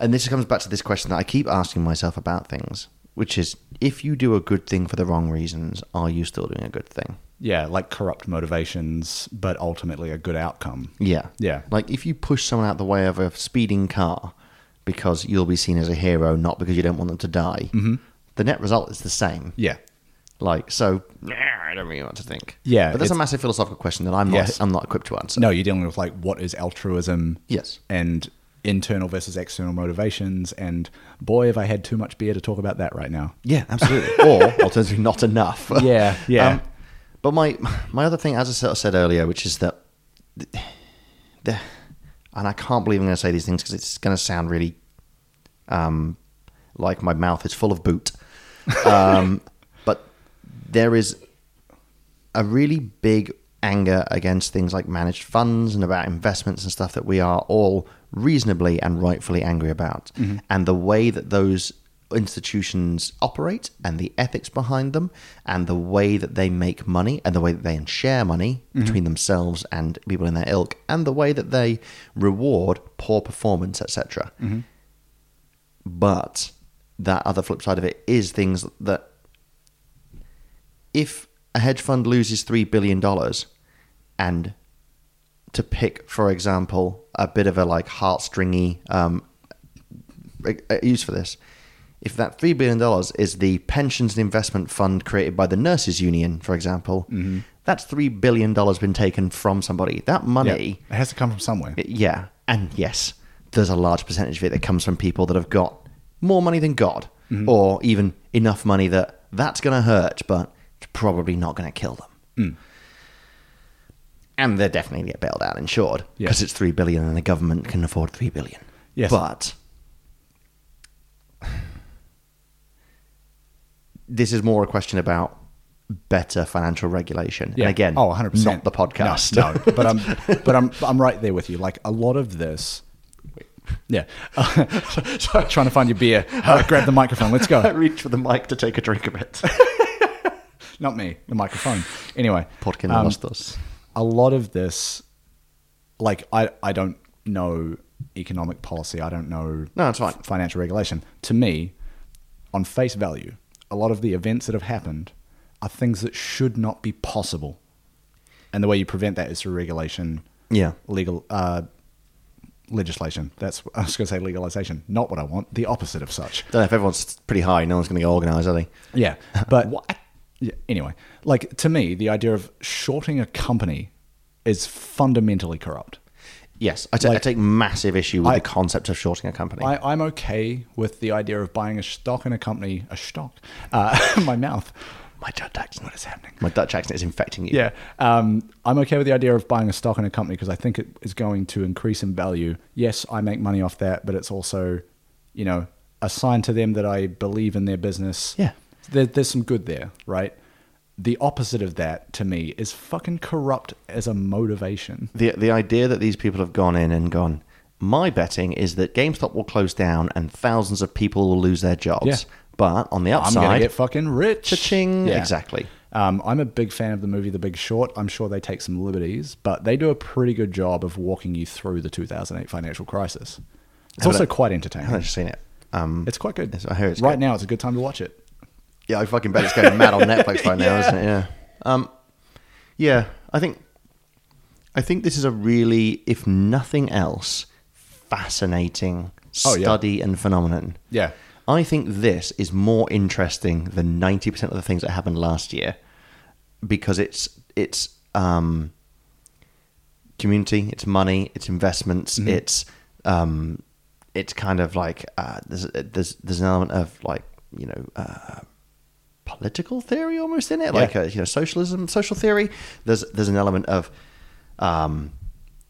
A: and this comes back to this question that I keep asking myself about things, which is if you do a good thing for the wrong reasons, are you still doing a good thing?
B: Yeah, like corrupt motivations, but ultimately a good outcome.
A: Yeah.
B: Yeah.
A: Like if you push someone out the way of a speeding car because you'll be seen as a hero, not because you don't want them to die,
B: Mm-hmm.
A: the net result is the same.
B: Yeah.
A: Like so, nah, I don't really know what to think.
B: Yeah,
A: but that's a
B: it's-
A: massive philosophical question that I'm
B: Yes.
A: not I'm not equipped to answer.
B: No, you're dealing with like what is altruism?
A: Yes.
B: And internal versus external motivations. And boy, have I had too much beer to talk about that right now.
A: Yeah, absolutely. or alternatively, not enough. Um,
B: Yeah, yeah.
A: but my my other thing, as I sort of said earlier, which is that the, and I can't believe I'm going to say these things because it's going to sound really, um, like my mouth is full of boot. Um, but there is a really big anger against things like managed funds and about investments and stuff that we are all reasonably and rightfully angry about. And the way that those institutions operate and the ethics behind them and the way that they make money and the way that they share money between themselves and people in their ilk and the way that they reward poor performance etc but that other flip side of it is things that if a hedge fund loses three billion dollars and to pick, for example, a bit of a like heartstringy um, e- e- use for this, if that three billion dollars is the pensions and investment fund created by the nurses union, for example, that's three billion dollars been taken from somebody. That money
B: It has to come from somewhere.
A: yeah, and yes, there's a large percentage of it that comes from people that have got more money than God,
B: Mm-hmm.
A: or even enough money that that's going to hurt, but it's probably not going to kill them.
B: Mm.
A: And they're definitely get bailed out insured
B: Yeah.
A: because it's three billion, and the government can afford three billion.
B: Yes.
A: but this is more a question about better financial regulation.
B: Yeah.
A: And again,
B: oh, 100%.
A: not the podcast.
B: No, no, but I'm but I'm I'm right there with you. Like a lot of this yeah. trying to find your beer. Uh, grab the microphone. Let's
A: I
B: go.
A: reached for the mic to take a drink of it.
B: Not me. The microphone. Anyway.
A: Podkin
B: um,
A: lost us.
B: a lot of this like I, I don't know economic policy i don't know
A: No, it's fine.
B: f- financial regulation to me on face value a lot of the events that have happened are things that should not be possible and the way you prevent that is through regulation
A: Yeah.
B: legal uh, legislation that's i was going to say legalization not what i want the opposite of such
A: Don't know if everyone's pretty high. No one's going to go organised, are they?
B: yeah but
A: What?
B: Yeah, anyway, like to me, the idea of shorting a company is fundamentally corrupt.
A: Yes, I ta- I
B: Like-
A: take massive issue with
B: I-
A: the concept of shorting a company.
B: I, I'm okay with the idea of buying a stock in a company, a stock, uh, my mouth.
A: my Dutch accent.
B: What is happening?
A: My Dutch accent is infecting you.
B: Yeah. Um, I'm okay with the idea of buying a stock in a company because I think it is going to increase in value. Yes, I make money off that, but it's also, you know, a sign to them that I believe in their business.
A: Yeah.
B: There, there's some good there, right? The opposite of that to me is fucking corrupt as a motivation.
A: The the idea that these people have gone in and gone. My betting is that GameStop will close down and thousands of people will lose their jobs.
B: Yeah.
A: But on the
B: I'm going
A: upside,
B: to get fucking rich.
A: cha-ching.
B: Yeah.
A: Exactly.
B: Um, I'm a big fan of the movie The Big Short. I'm sure they take some liberties, but they do a pretty good job of walking you through the 2008 financial crisis. It's
A: Haven't
B: also
A: I-
B: quite
A: I haven't
B: entertaining.
A: seen it. Um,
B: It's quite good.
A: Yes, I hear it's
B: right
A: good.
B: now, it's a good time to watch it.
A: Yeah, I fucking bet it's going mad on Netflix right now, isn't it? Yeah. Um, yeah, I think I think this is a really, if nothing else, fascinating
B: Oh, yeah.
A: study and phenomenon.
B: Yeah.
A: I think this is more interesting than ninety percent of the things that happened last year because it's it's um, community, it's money, it's investments,
B: Mm-hmm.
A: it's um, it's kind of like uh, there's there's there's an element of like you know uh, political theory almost in it, like
B: Yeah.
A: uh, you know socialism, social theory. There's there's an element of um,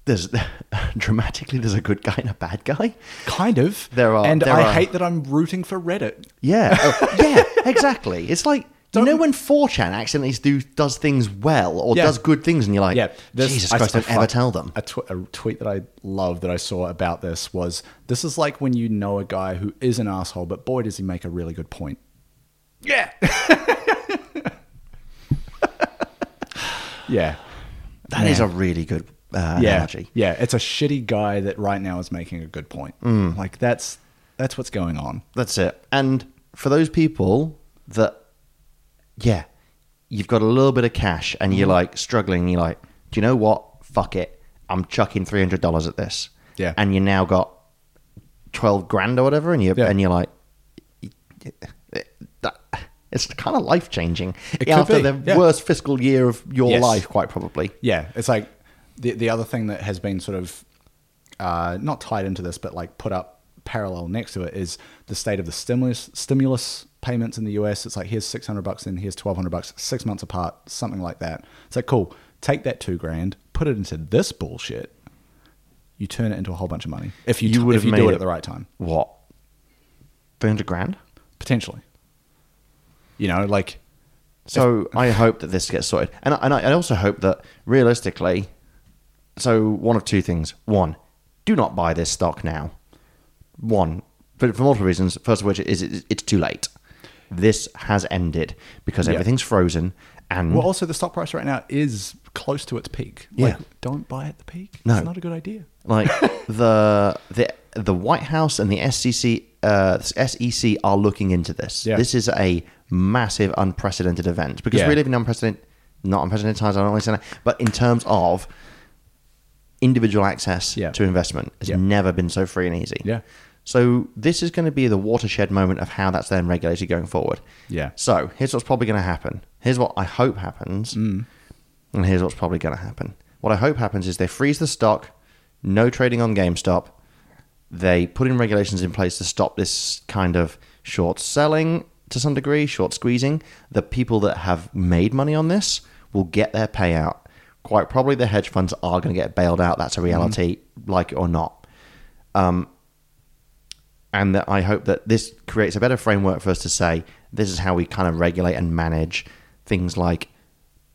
A: there's dramatically there's a good guy and a bad guy.
B: Kind of.
A: There are-
B: and
A: there
B: I
A: are-
B: hate that I'm rooting for Reddit.
A: Yeah, oh, yeah, exactly. It's like you know when 4chan accidentally do, does things well or
B: Yeah.
A: does good things, and you're like,
B: Yeah, this-
A: Jesus
B: I-
A: Christ,
B: I
A: don't ever
B: fuck-
A: tell them.
B: A, tw- a tweet that I love that I saw about this was this is like when you know a guy who is an asshole, but boy does he make a really good point.
A: Yeah,
B: Yeah,
A: that is a really good uh,
B: yeah,
A: analogy.
B: yeah. It's a shitty guy that right now is making a good point.
A: Mm.
B: Like that's that's what's going on.
A: That's it. And for those people that, yeah, you've got a little bit of cash and
B: Mm.
A: you're like struggling, you're like, do you know what? Fuck it. I'm chucking three hundred dollars at this.
B: Yeah.
A: And you now got twelve grand or whatever, and you
B: Yeah.
A: and you're like, that, it's kind of life changing
B: It could
A: after
B: be,
A: the
B: yeah.
A: worst fiscal year of your
B: Yes.
A: life, quite probably.
B: Yeah, it's like the the other thing that has been sort of uh, not tied into this, but like put up parallel next to it is the state of the stimulus stimulus payments in the U.S. It's like here's six hundred bucks and here's twelve hundred bucks, six months apart, something like that. It's like cool, take that two grand, put it into this bullshit. You turn it into a whole bunch of money if you,
A: You
B: t-
A: would
B: if
A: have
B: you
A: made
B: do it
A: it.
B: at the right time,
A: What? Three hundred grand.
B: potentially. You know, like
A: So I hope that this gets sorted, and I, and I I also hope that realistically, so one of two things: one, do not buy this stock now. One, for, for multiple reasons. First of which is it, it's too late. This has ended because
B: Yeah.
A: everything's frozen, and
B: well, also the stock price right now is close to its peak. Like,
A: Yeah.
B: don't buy at the peak.
A: No.
B: it's not a good idea.
A: like the the the White House and the SEC uh, SEC are looking into this.
B: Yeah.
A: This is a massive, unprecedented event because
B: Yeah.
A: we're living in unprecedented, not unprecedented times. I don't want to say that, but in terms of individual access
B: Yeah.
A: to investment, it's
B: Yeah.
A: never been so free and easy.
B: Yeah.
A: So this is going to be the watershed moment of how that's then regulated going forward.
B: Yeah.
A: So here's what's probably going to happen. Here's what I hope happens, and here's what's probably going to happen. What I hope happens is they freeze the stock, no trading on GameStop. They put in regulations in place to stop this kind of short selling to some degree, short squeezing. The people that have made money on this will get their payout. Quite probably the hedge funds are going to get bailed out. That's a reality, like it or not and that I hope that this creates a better framework for us to say this is how we kind of regulate and manage things like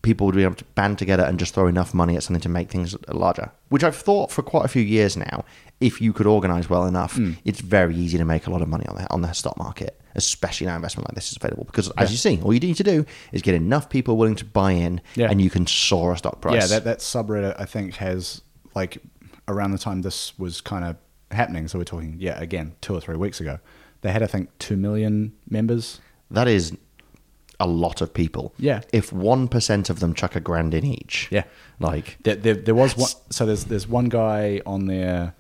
A: people would be able to band together and just throw enough money at something to make things larger, which I've thought for quite a few years now. If you could organize well enough,
B: Mm.
A: it's very easy to make a lot of money on the on the stock market, especially now investment like this is available. Because as you see, all you need to do is get enough people willing to buy in,
B: Yeah.
A: and you can soar a stock price.
B: Yeah, that, that subreddit I think has like around the time this was kind of happening. So we're talking, yeah, again, two or three weeks ago. They had I think two million members.
A: that is a lot of people.
B: Yeah.
A: If one percent of them chuck a grand in each.
B: Yeah.
A: Like
B: There, there, there was one. So there's there's one guy on there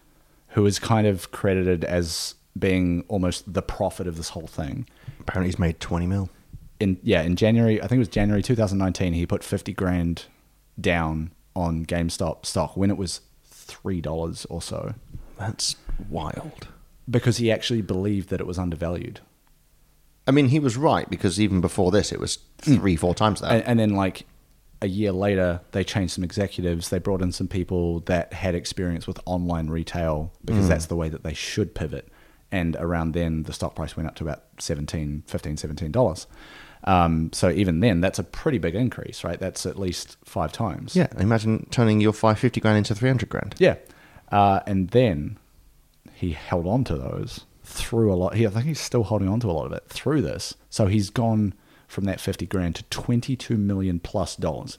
B: who is kind of credited as being almost the prophet of this whole thing.
A: Apparently, he's made 20 mil.
B: in yeah in January I think it was January 2019 he put 50 grand down on GameStop stock when it was three dollars or so
A: That's wild.
B: because he actually believed that it was undervalued
A: I mean, he was right because even before this, it was three, four times that.
B: Hmm. and, and then like a year later they changed some executives they brought in some people that had experience with online retail because
A: Mm.
B: that's the way that they should pivot and around then the stock price went up to about 17 15 17 dollars um, so even then that's a pretty big increase right that's at least five times
A: yeah, imagine turning your 550 grand into 300 grand.
B: Yeah. Uh, and then he held on to those through a lot. He, I think he's still holding on to a lot of it through this. So he's gone from that 50 grand to 22 million plus dollars.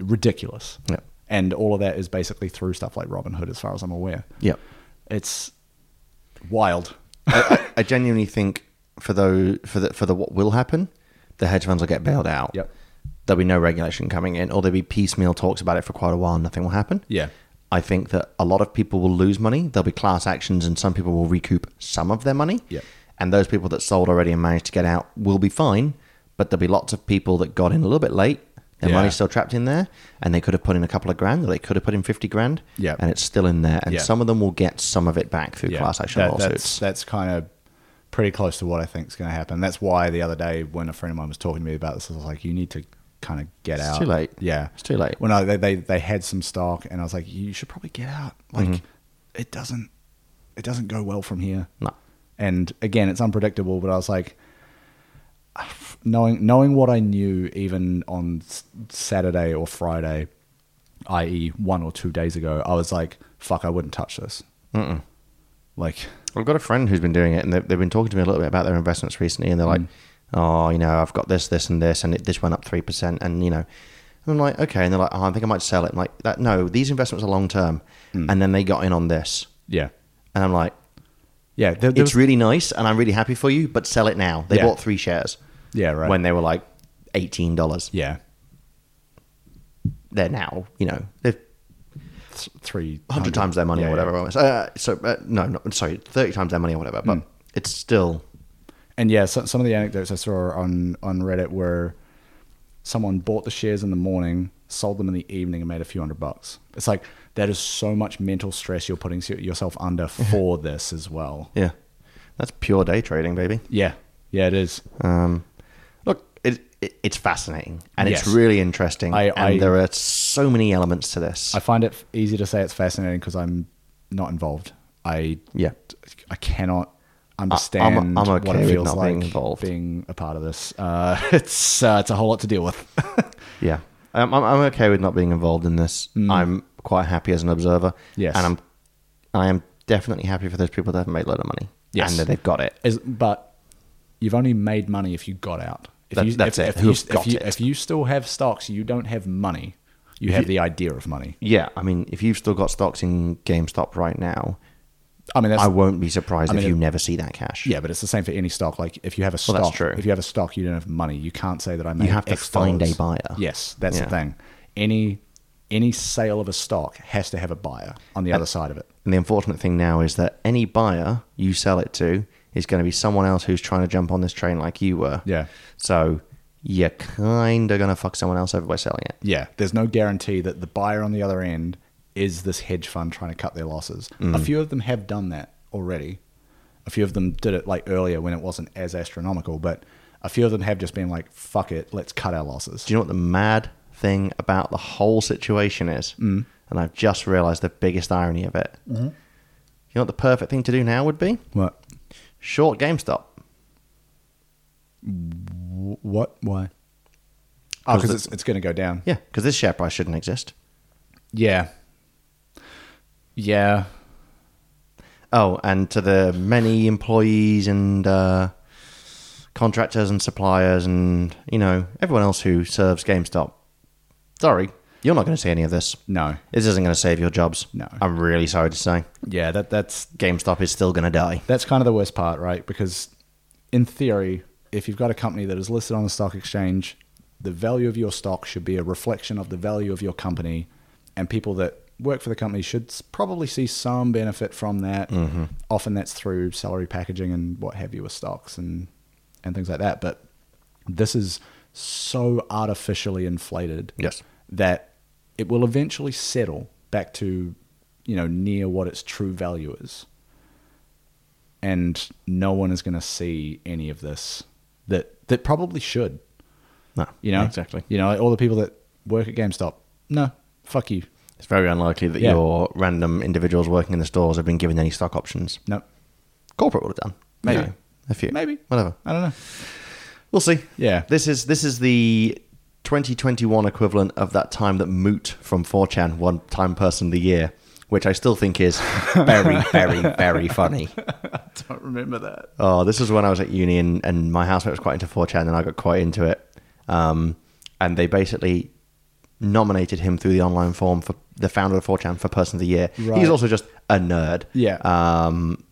B: Ridiculous.
A: Mm-hmm. Yeah.
B: And all of that is basically through stuff like Robinhood, as far as I'm aware.
A: Yeah.
B: It's wild.
A: I, I, I genuinely think for those for the, for the what will happen, the hedge funds will get bailed out.
B: Yep.
A: There'll be no regulation coming in, or there'll be piecemeal talks about it for quite a while. and Nothing will happen.
B: Yeah.
A: I think that a lot of people will lose money. There'll be class actions, and some people will recoup some of their money.
B: Yep.
A: And those people that sold already and managed to get out will be fine. But there'll be lots of people that got in a little bit late. Their
B: Yeah.
A: money's still trapped in there, and they could have put in a couple of grand, or they could have put in fifty grand,
B: Yep.
A: and it's still in there. And
B: Yeah.
A: some of them will get some of it back through class action
B: that- That's,
A: lawsuits.
B: that's kind of pretty close to what I think is going to happen. That's why the other day when a friend of mine was talking to me about this, I was like, you need to kind of get
A: It's
B: out.
A: too late.
B: Yeah,
A: It's too late.
B: Well, no, they, they they had some stock, and I was like, you should probably get out. Like,
A: Mm-hmm.
B: it doesn't it doesn't go well from here.
A: No.
B: And again, it's unpredictable. But I was like, knowing knowing what I knew even on s- Saturday or Friday, i.e., one or two days ago, I was like, fuck, I wouldn't touch this.
A: Mm-mm.
B: Like,
A: I've got a friend who's been doing it, and they've, they've been talking to me a little bit about their investments recently, and they're
B: Mm.
A: like, "Oh, you know, I've got this, this, and this, and it, this went up three percent, and you know." And I'm like, "Okay," and they're like, "Oh, I think I might sell it." I'm like that. No, these investments are long term,
B: Mm.
A: and then they got in on this,
B: yeah,
A: and I'm like,
B: yeah. There, there
A: "It's
B: was-
A: really nice, and I'm really happy for you, but sell it now." They
B: Yeah.
A: bought three shares,
B: Yeah, right.
A: when they were like eighteen dollars.
B: yeah,
A: They're now, you know, they're
B: th- three
A: hundred times their money
B: Yeah,
A: or
B: yeah.
A: whatever. Uh, so uh, no, not, sorry, thirty times their money or whatever,
B: Mm.
A: but it's still
B: and yeah, so, some of the anecdotes I saw on on Reddit were someone bought the shares in the morning, sold them in the evening, and made a few hundred bucks. It's like that is so much mental stress you're putting s- yourself under for this as well.
A: yeah, that's pure day trading, baby.
B: Yeah, yeah, it is.
A: Um, look, it, it, it's fascinating and it's
B: Yes.
A: really interesting,
B: I-
A: and
B: I-
A: there are so many elements to this.
B: I find it f- easy to say it's fascinating because I'm not involved. I
A: Yeah.
B: I cannot understand
A: I'm okay
B: what it
A: with
B: feels
A: not
B: like
A: being involved.
B: being a part of this. Uh, it's uh, it's a whole lot to deal with.
A: yeah, Um, I'm, I'm, I'm okay with not being involved in this. I'm quite happy as an observer.
B: Mm. Yes.
A: and I'm I am definitely happy for those people that have made a lot of money.
B: Yes.
A: and that they've got it.
B: Is, but you've only made money if you got out. If
A: That-
B: you,
A: that's
B: if,
A: it.
B: If
A: Who
B: you,
A: have
B: if,
A: got
B: you,
A: it.
B: if you still have stocks, you don't have money. You have the idea of money.
A: Yeah, I mean, if you've still got stocks in GameStop right now,
B: I mean, that's,
A: I won't be surprised
B: I mean,
A: if you
B: it-
A: never see that cash.
B: yeah, but it's the same for any stock. Like if you have a stock,
A: that's true.
B: if you have a stock, you don't have money. You can't say that I made.
A: have to
B: X
A: find
B: dollars.
A: a buyer.
B: Yes, that's
A: Yeah.
B: the thing. Any any sale of a stock has to have a buyer on the other side of it.
A: And the unfortunate thing now is that any buyer you sell it to is going to be someone else who's trying to jump on this train like you were.
B: Yeah.
A: So you're kind of going to fuck someone else over by selling it.
B: Yeah, there's no guarantee that the buyer on the other end is this hedge fund trying to cut their losses. A few of them have done that already. A few of them did it like earlier when it wasn't as astronomical, but a few of them have just been like, fuck it, let's cut our losses.
A: Do you know what the mad thing about the whole situation is? Mm. And I've just realized the biggest irony of it. Mm-hmm. You know what the perfect thing to do now would be?
B: What?
A: Short GameStop.
B: Wh- What? Why? Oh,
A: 'Cause
B: because it's, it's going to go down.
A: Yeah, because this share price shouldn't exist.
B: Yeah. Yeah.
A: Oh, and to the many employees and uh, contractors and suppliers and you know everyone else who serves GameStop. Sorry, you're not going to see any of this.
B: No.
A: This isn't going to save your jobs.
B: No.
A: I'm really sorry to say,
B: Yeah, that, that's
A: GameStop is still going to die.
B: That's kind of the worst part, right? Because in theory, if you've got a company that is listed on the stock exchange, the value of your stock should be a reflection of the value of your company, and people that work for the company should s- probably see some benefit from that. Often that's through salary packaging and what have you with stocks and and things like that. But this is so artificially inflated
A: Yes.
B: that it will eventually settle back to you know near what its true value is and no one is going to see any of this that that probably should
A: No,
B: you know
A: exactly.
B: you know all the people that work at gamestop no fuck you
A: It's very unlikely that
B: Yeah.
A: your random individuals working in the stores have been given any stock options.
B: no
A: Corporate would have done.
B: Maybe.
A: You know, a few.
B: Maybe.
A: Whatever.
B: i don't know
A: We'll see.
B: Yeah.
A: This is this is the 2021 equivalent of that time that Moot from 4chan won Time Person of the Year, which I still think is very, very, very funny.
B: i don't remember that
A: Oh, this was when I was at uni and, and my housemate was quite into 4chan and I got quite into it. Um, and they basically nominated him through the online form for the founder of 4chan for Person of the Year. He's
B: Right.
A: also just a nerd.
B: Yeah.
A: Um,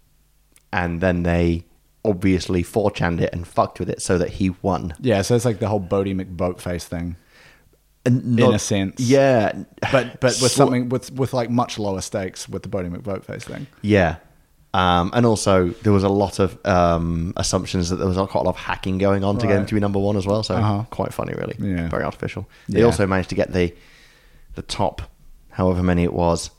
A: and then they obviously 4chan'd it and fucked with it so that he won.
B: yeah so it's like the whole bodie mcboatface thing
A: in
B: a sense.
A: Yeah,
B: but but with
A: Sli-
B: something with with like much lower stakes with the bodie mcboatface thing
A: yeah. Um, and also, there was a lot of um, assumptions that there was quite a lot of hacking going on to get him
B: Right.
A: to be number one as well. So
B: Uh-huh.
A: quite funny, really.
B: Yeah.
A: Very artificial. They
B: Yeah.
A: also managed to get the the top, however many it was.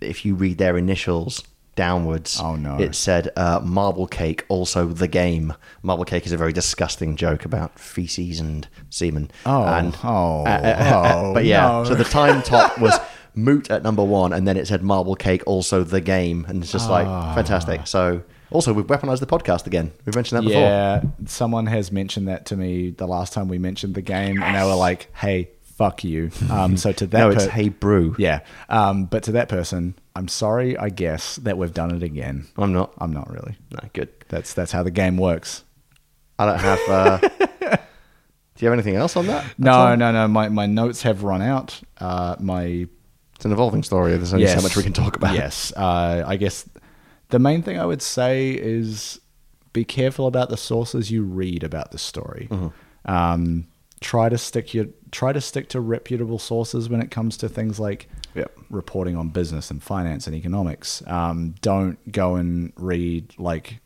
A: If you read their initials, downwards.
B: Oh, no.
A: It said uh, marble cake, also the game. Marble cake is a very disgusting joke about feces and semen.
B: Oh,
A: and, uh,
B: oh, oh,
A: but yeah.
B: no.
A: So the time top was moot at number one, and then it said marble cake, also the game, and it's just like
B: Ah.
A: fantastic. So also we've weaponized the podcast again. We've mentioned that before.
B: Yeah, someone has mentioned that to me the last time we mentioned the game, and they were like, "Hey, fuck you." Um, so to that,
A: No, it's
B: per-
A: hey brew.
B: yeah. Um, but to that person, I'm sorry. I guess that we've done it again.
A: I'm not.
B: I'm not really.
A: No, good.
B: That's that's how the game works.
A: I don't have. Uh, do you have anything else on that?
B: No,
A: That's all?
B: no, no. My my notes have run out. Uh, my
A: It's an evolving story. There's only so much we can talk about.
B: Yes. Uh, I guess the main thing I would say is be careful about the sources you read about the story.
A: Mm-hmm.
B: Um, try to stick your try to stick to reputable sources when it comes to things like
A: Yep.
B: reporting on business and finance and economics. Um, don't go and read like.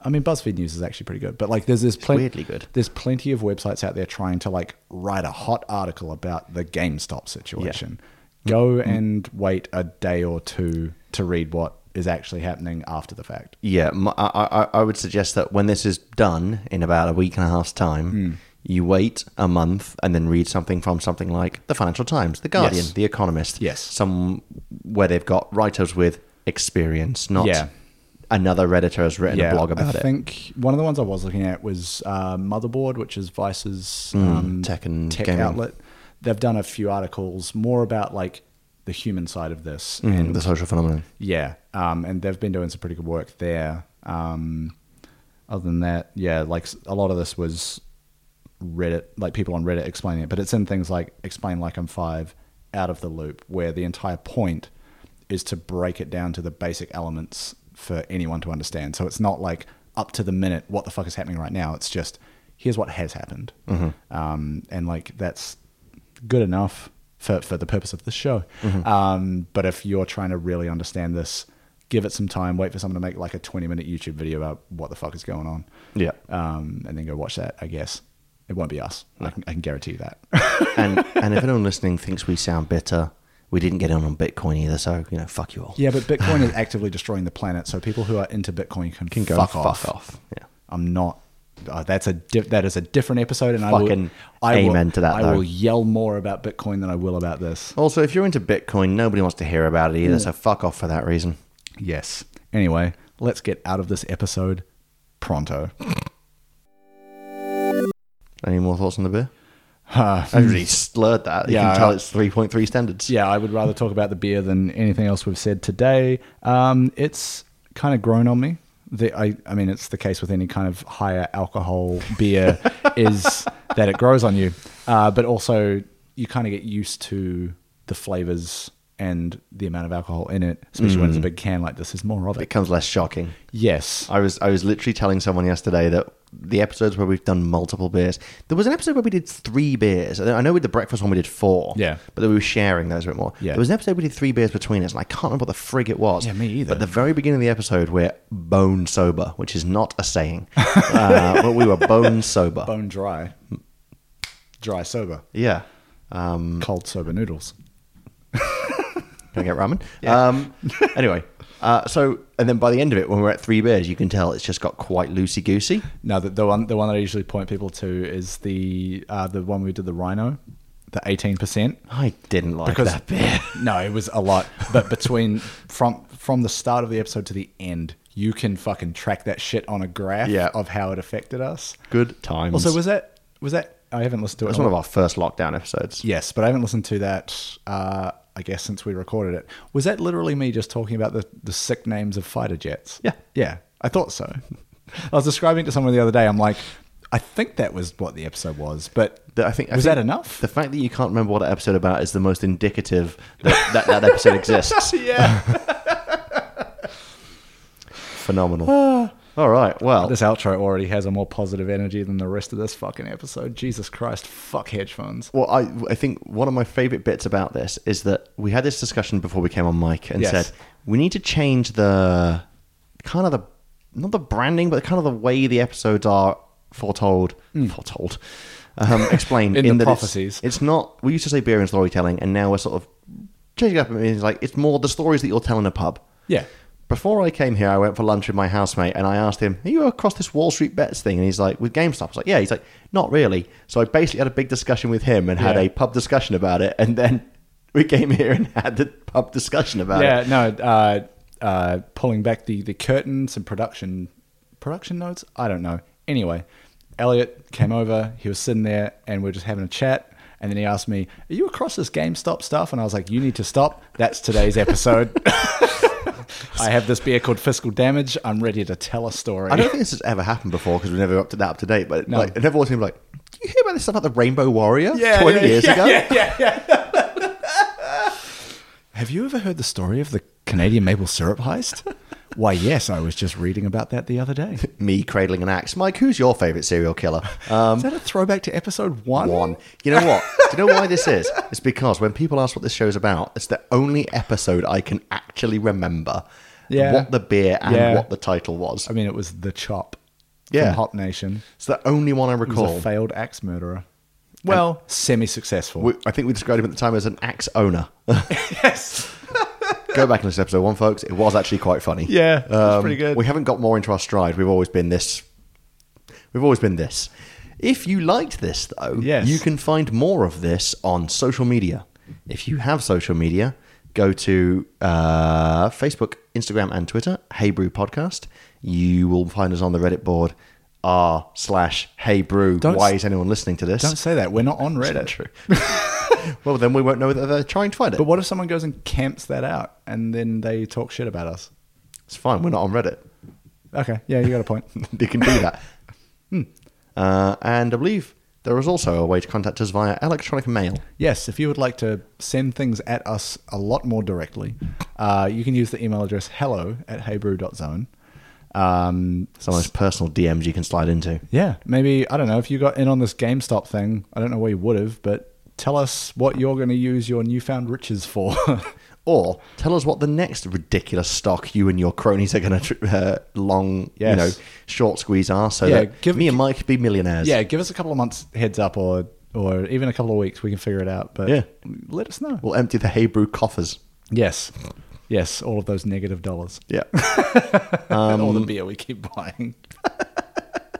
B: I mean, BuzzFeed News is actually pretty good, but like, there's there's plenty
A: weirdly good.
B: There's plenty of websites out there trying to like write a hot article about the GameStop situation.
A: Mm.
B: Go and wait a day or two to read what is actually happening after the fact.
A: Yeah, m- I, I- I would suggest that when this is done in about a week and a half's time,
B: Hmm.
A: you wait a month and then read something from something like the Financial Times, the Guardian,
B: Yes.
A: the Economist.
B: Yes.
A: some where they've got writers with experience, not
B: Yeah.
A: another redditor has written a blog about
B: I
A: it.
B: think one of the ones I was looking at was uh, Motherboard, which is Vice's um,
A: Mm, tech and
B: tech
A: gaming.
B: outlet. They've done a few articles more about like the human side of this
A: Mm, the social phenomenon.
B: Yeah, um, and they've been doing some pretty good work there. Um, other than that, yeah, like s- a lot of this was Reddit, like people on Reddit explaining it, but it's in things like "Explain Like I'm Five, Out of the Loop," where the entire point is to break it down to the basic elements for anyone to understand. So it's not like up to the minute what the fuck is happening right now. It's just here's what has happened, um, and like that's good enough for, for the purpose of this show.
A: Mm-hmm.
B: Um, but if you're trying to really understand this, give it some time, wait for someone to make like a 20 minute YouTube video about what the fuck is going on.
A: Yeah.
B: Um, and then go watch that, I guess. It won't be us. I, can, I can guarantee you that.
A: and and if anyone listening thinks we sound bitter, we didn't get in on Bitcoin either, so you know, fuck you all.
B: yeah, but Bitcoin is actively destroying the planet. So people who are into Bitcoin can,
A: You can go
B: fuck,
A: fuck
B: off.
A: off. Yeah.
B: I'm not. Uh, that's a diff, that is a different episode, and
A: Fucking
B: I will. I
A: amen
B: will,
A: to that,
B: I
A: though.
B: will yell more about Bitcoin than I will about this.
A: Also, if you're into Bitcoin, nobody wants to hear about it
B: Hmm.
A: either, so fuck off for that reason.
B: Yes. Anyway, let's get out of this episode pronto.
A: Any more thoughts on the beer?
B: Uh,
A: I really slurred that. You
B: Yeah,
A: can tell
B: I-
A: it's 3.3 standards.
B: yeah, I would rather talk about the beer than anything else we've said today. Um, it's kind of grown on me. The, I, I mean, it's the case with any kind of higher alcohol beer is that it grows on you, uh, but also you kind of get used to the flavors and the amount of alcohol in it, especially when it's a big can like this. Is more of
A: It
B: it.
A: becomes less shocking.
B: Yes.
A: I was I was literally telling someone yesterday that the episodes where we've done multiple beers, there was an episode where we did three beers. I know with the breakfast one we did four.
B: Yeah.
A: But then we were sharing those a bit more.
B: Yeah.
A: There was an episode we did three beers between us, and I can't remember what the frig it was.
B: Yeah, me either.
A: But the very beginning of the episode, we're bone sober, which is not a saying. uh, but we were bone sober.
B: Bone dry. Dry sober.
A: yeah. Um,
B: Cold sober noodles.
A: Can I get ramen? Um, anyway, uh, so and then by the end of it, when we're at three beers, you can tell it's just got quite loosey goosey.
B: No, the, the one the one that I usually point people to is the uh, the one we did the rhino, the eighteen percent.
A: I didn't like that beer.
B: no, it was a lot. But between from from the start of the episode to the end, you can fucking track that shit on a graph
A: Yeah.
B: of how it affected us. Mm.
A: Good times.
B: Also, was that was that I haven't listened to it.
A: That's
B: in a
A: one of our first lockdown episodes.
B: Yes, but I haven't listened to that. Uh, I guess since we recorded it, was that literally me just talking about the the sick names of fighter jets?
A: Yeah.
B: yeah, I thought so. I was describing it to someone the other day. I'm like, I think that was what the episode was, but
A: That I think I
B: was
A: think
B: that enough?
A: The fact that you can't remember what an episode about is the most indicative that that, that episode exists.
B: yeah, Ah.
A: Phenomenal. All right. Well,
B: this outro already has a more positive energy than the rest of this fucking episode. Jesus Christ, fuck headphones.
A: Well, I, I think one of my favorite bits about this is that we had this discussion before we came on mic and
B: Yes.
A: said we need to change the kind of the not the branding, but kind of the way the episodes are foretold, foretold, um, explained
B: Hmm. In the
A: that it's-
B: prophecies.
A: It's, not. We used to say beer and storytelling, and now we're sort of changing up. I mean, it's like it's more the stories that you'll tell in a pub.
B: Yeah.
A: Before I came here, I went for lunch with my housemate and I asked him, Are you across this Wall Street Bets thing? And he's like, With GameStop? I was like, Yeah. He's like, Not really. So I basically had a big discussion with him and had
B: Yeah.
A: a pub discussion about it. And then we came here and had the pub discussion about
B: yeah,
A: it.
B: no, uh, uh, pulling back the, the curtains and production production notes. I don't know. Anyway, Elliot came over. He was sitting there, and we are just having a chat. And then he asked me, "Are you across this GameStop stuff?" And I was like, "You need to stop. That's today's episode. I have this beer called Fiscal Damage. I'm ready to tell a story."
A: I don't think this has ever happened before because we've never up to that up to date. But
B: No.
A: like, I've always been like, "Do you hear about this stuff about the Rainbow Warrior twenty years
B: yeah,
A: ago?"
B: Yeah, yeah, yeah. Have you ever heard the story of the Canadian maple syrup heist? Why, yes, I was just reading about that the other day.
A: Me cradling an axe, Mike. Who's your favorite serial killer? Um,
B: Is that a throwback to episode one?
A: one. You know what? Do you know why this is? It's because when people ask what this show's about, it's the only episode I can actually remember
B: Yeah.
A: what the beer and
B: Yeah.
A: what the title was.
B: I mean, it was the chop.
A: Yeah.
B: from Hot Nation.
A: It's the only one I
B: It was
A: recall.
B: a failed axe murderer. Well, semi-successful.
A: We- I think we described him at the time as an axe owner.
B: yes.
A: Go back and listen to episode one, folks. It was actually quite funny. Um,
B: Yeah, it was pretty good.
A: We haven't got more into our stride. We've always been this. We've always been this. If you liked this, though,
B: Yes.
A: you can find more of this on social media. If you have social media, go to uh, Facebook, Instagram, and Twitter. Hey Brew Podcast. You will find us on the Reddit board. R slash Hey Brew.
B: Don't
A: Why
B: s-
A: is anyone listening to this?
B: Don't say that. We're not on Reddit.
A: True. well, then we won't know that they're trying to find it.
B: But what if someone goes and camps that out and then they talk shit about us?
A: it's fine. We're not on Reddit.
B: Okay. Yeah, you got a point.
A: they can do that. Hmm. uh, and I believe there is also a way to contact us via electronic mail.
B: Yes, if you would like to send things at us a lot more directly, uh, you can use the email address hello at heybrew.zone. Um,
A: Some of those personal DMs you can slide into.
B: yeah, maybe, I don't know, if you got in on this GameStop thing, I don't know where you would have, but tell us what you're going to use your newfound riches for.
A: Or tell us what the next ridiculous stock you and your cronies are going to uh, long, you
B: Yes.
A: know, short squeeze are so
B: Yeah,
A: that
B: give-
A: me and Mike could be millionaires.
B: yeah, give us a couple of months heads up or, or even a couple of weeks. We can figure it out. But
A: Yeah.
B: let us know.
A: We'll empty the Hebrew coffers.
B: Yes. Yes, all of those negative dollars.
A: Yeah.
B: and all the beer we keep buying.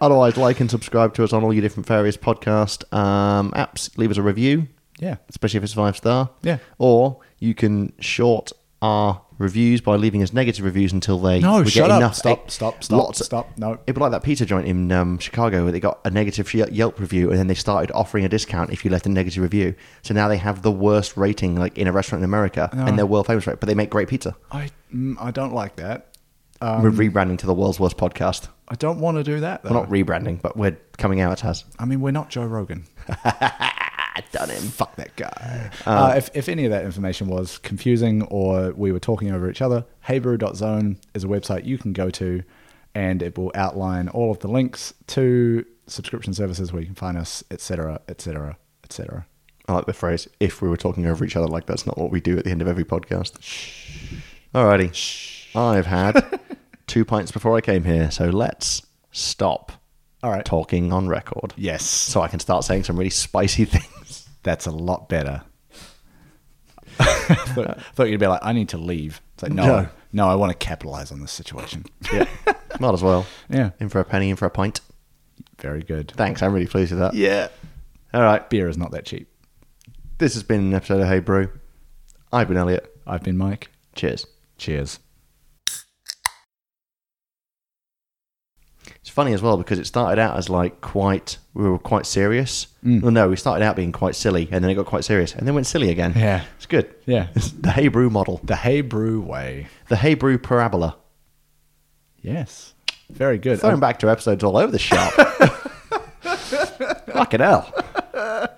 A: Otherwise, like and subscribe to us on all your different various podcast um, apps. Leave us a review.
B: Yeah.
A: especially if it's five star.
B: Yeah.
A: Or you can short our reviews by leaving us negative reviews until they
B: No,
A: we
B: shut
A: get
B: up.
A: enough.
B: Stop,
A: eh,
B: stop, stop,
A: lots of-
B: stop. No.
A: It'd be like that pizza joint in um, Chicago where they got a negative Ye- Yelp review and then they started offering a discount if you left a negative review. So now they have the worst rating like in a restaurant in America and they're world famous for it, but they make great pizza.
B: I, mm, I don't like that. Um,
A: we're rebranding to the world's worst podcast.
B: I don't want to do that. Though.
A: We're not rebranding, but we're coming out as.
B: I mean, we're not Joe Rogan.
A: I done him.
B: Fuck that guy. Uh, if, if any of that information was confusing or we were talking over each other, heybrew.zone is a website you can go to and it will outline all of the links to subscription services where you can find us, etc., etc., etc.
A: I like the phrase if we were talking over each other like that's not what we do at the end of every podcast. Alrighty. I've had two pints before I came here, so let's stop
B: All right.
A: talking on record.
B: Yes.
A: So I can start saying some really spicy things.
B: That's a lot better. thought, thought you'd be like, I need to leave. It's like, no,
A: No.
B: no, I want to capitalize on this situation.
A: Yeah. Might as well.
B: Yeah.
A: In for a penny, in for a pint.
B: Very good.
A: Thanks, I'm really pleased with that.
B: Yeah.
A: Alright.
B: Beer is not that cheap.
A: This has been an episode of Hey Brew. I've been Elliot.
B: I've been Mike.
A: Cheers.
B: Cheers.
A: It's funny as well because it started out as like quite we were quite serious. Well, no, we started out being quite silly, and then it got quite serious, and then went silly again.
B: Yeah.
A: it's good.
B: Yeah.
A: It's the Hebrew model,
B: The Hebrew way.
A: the Hebrew parabola.
B: Yes. Very good.
A: Throwing back to episodes all over the shop. Fucking hell.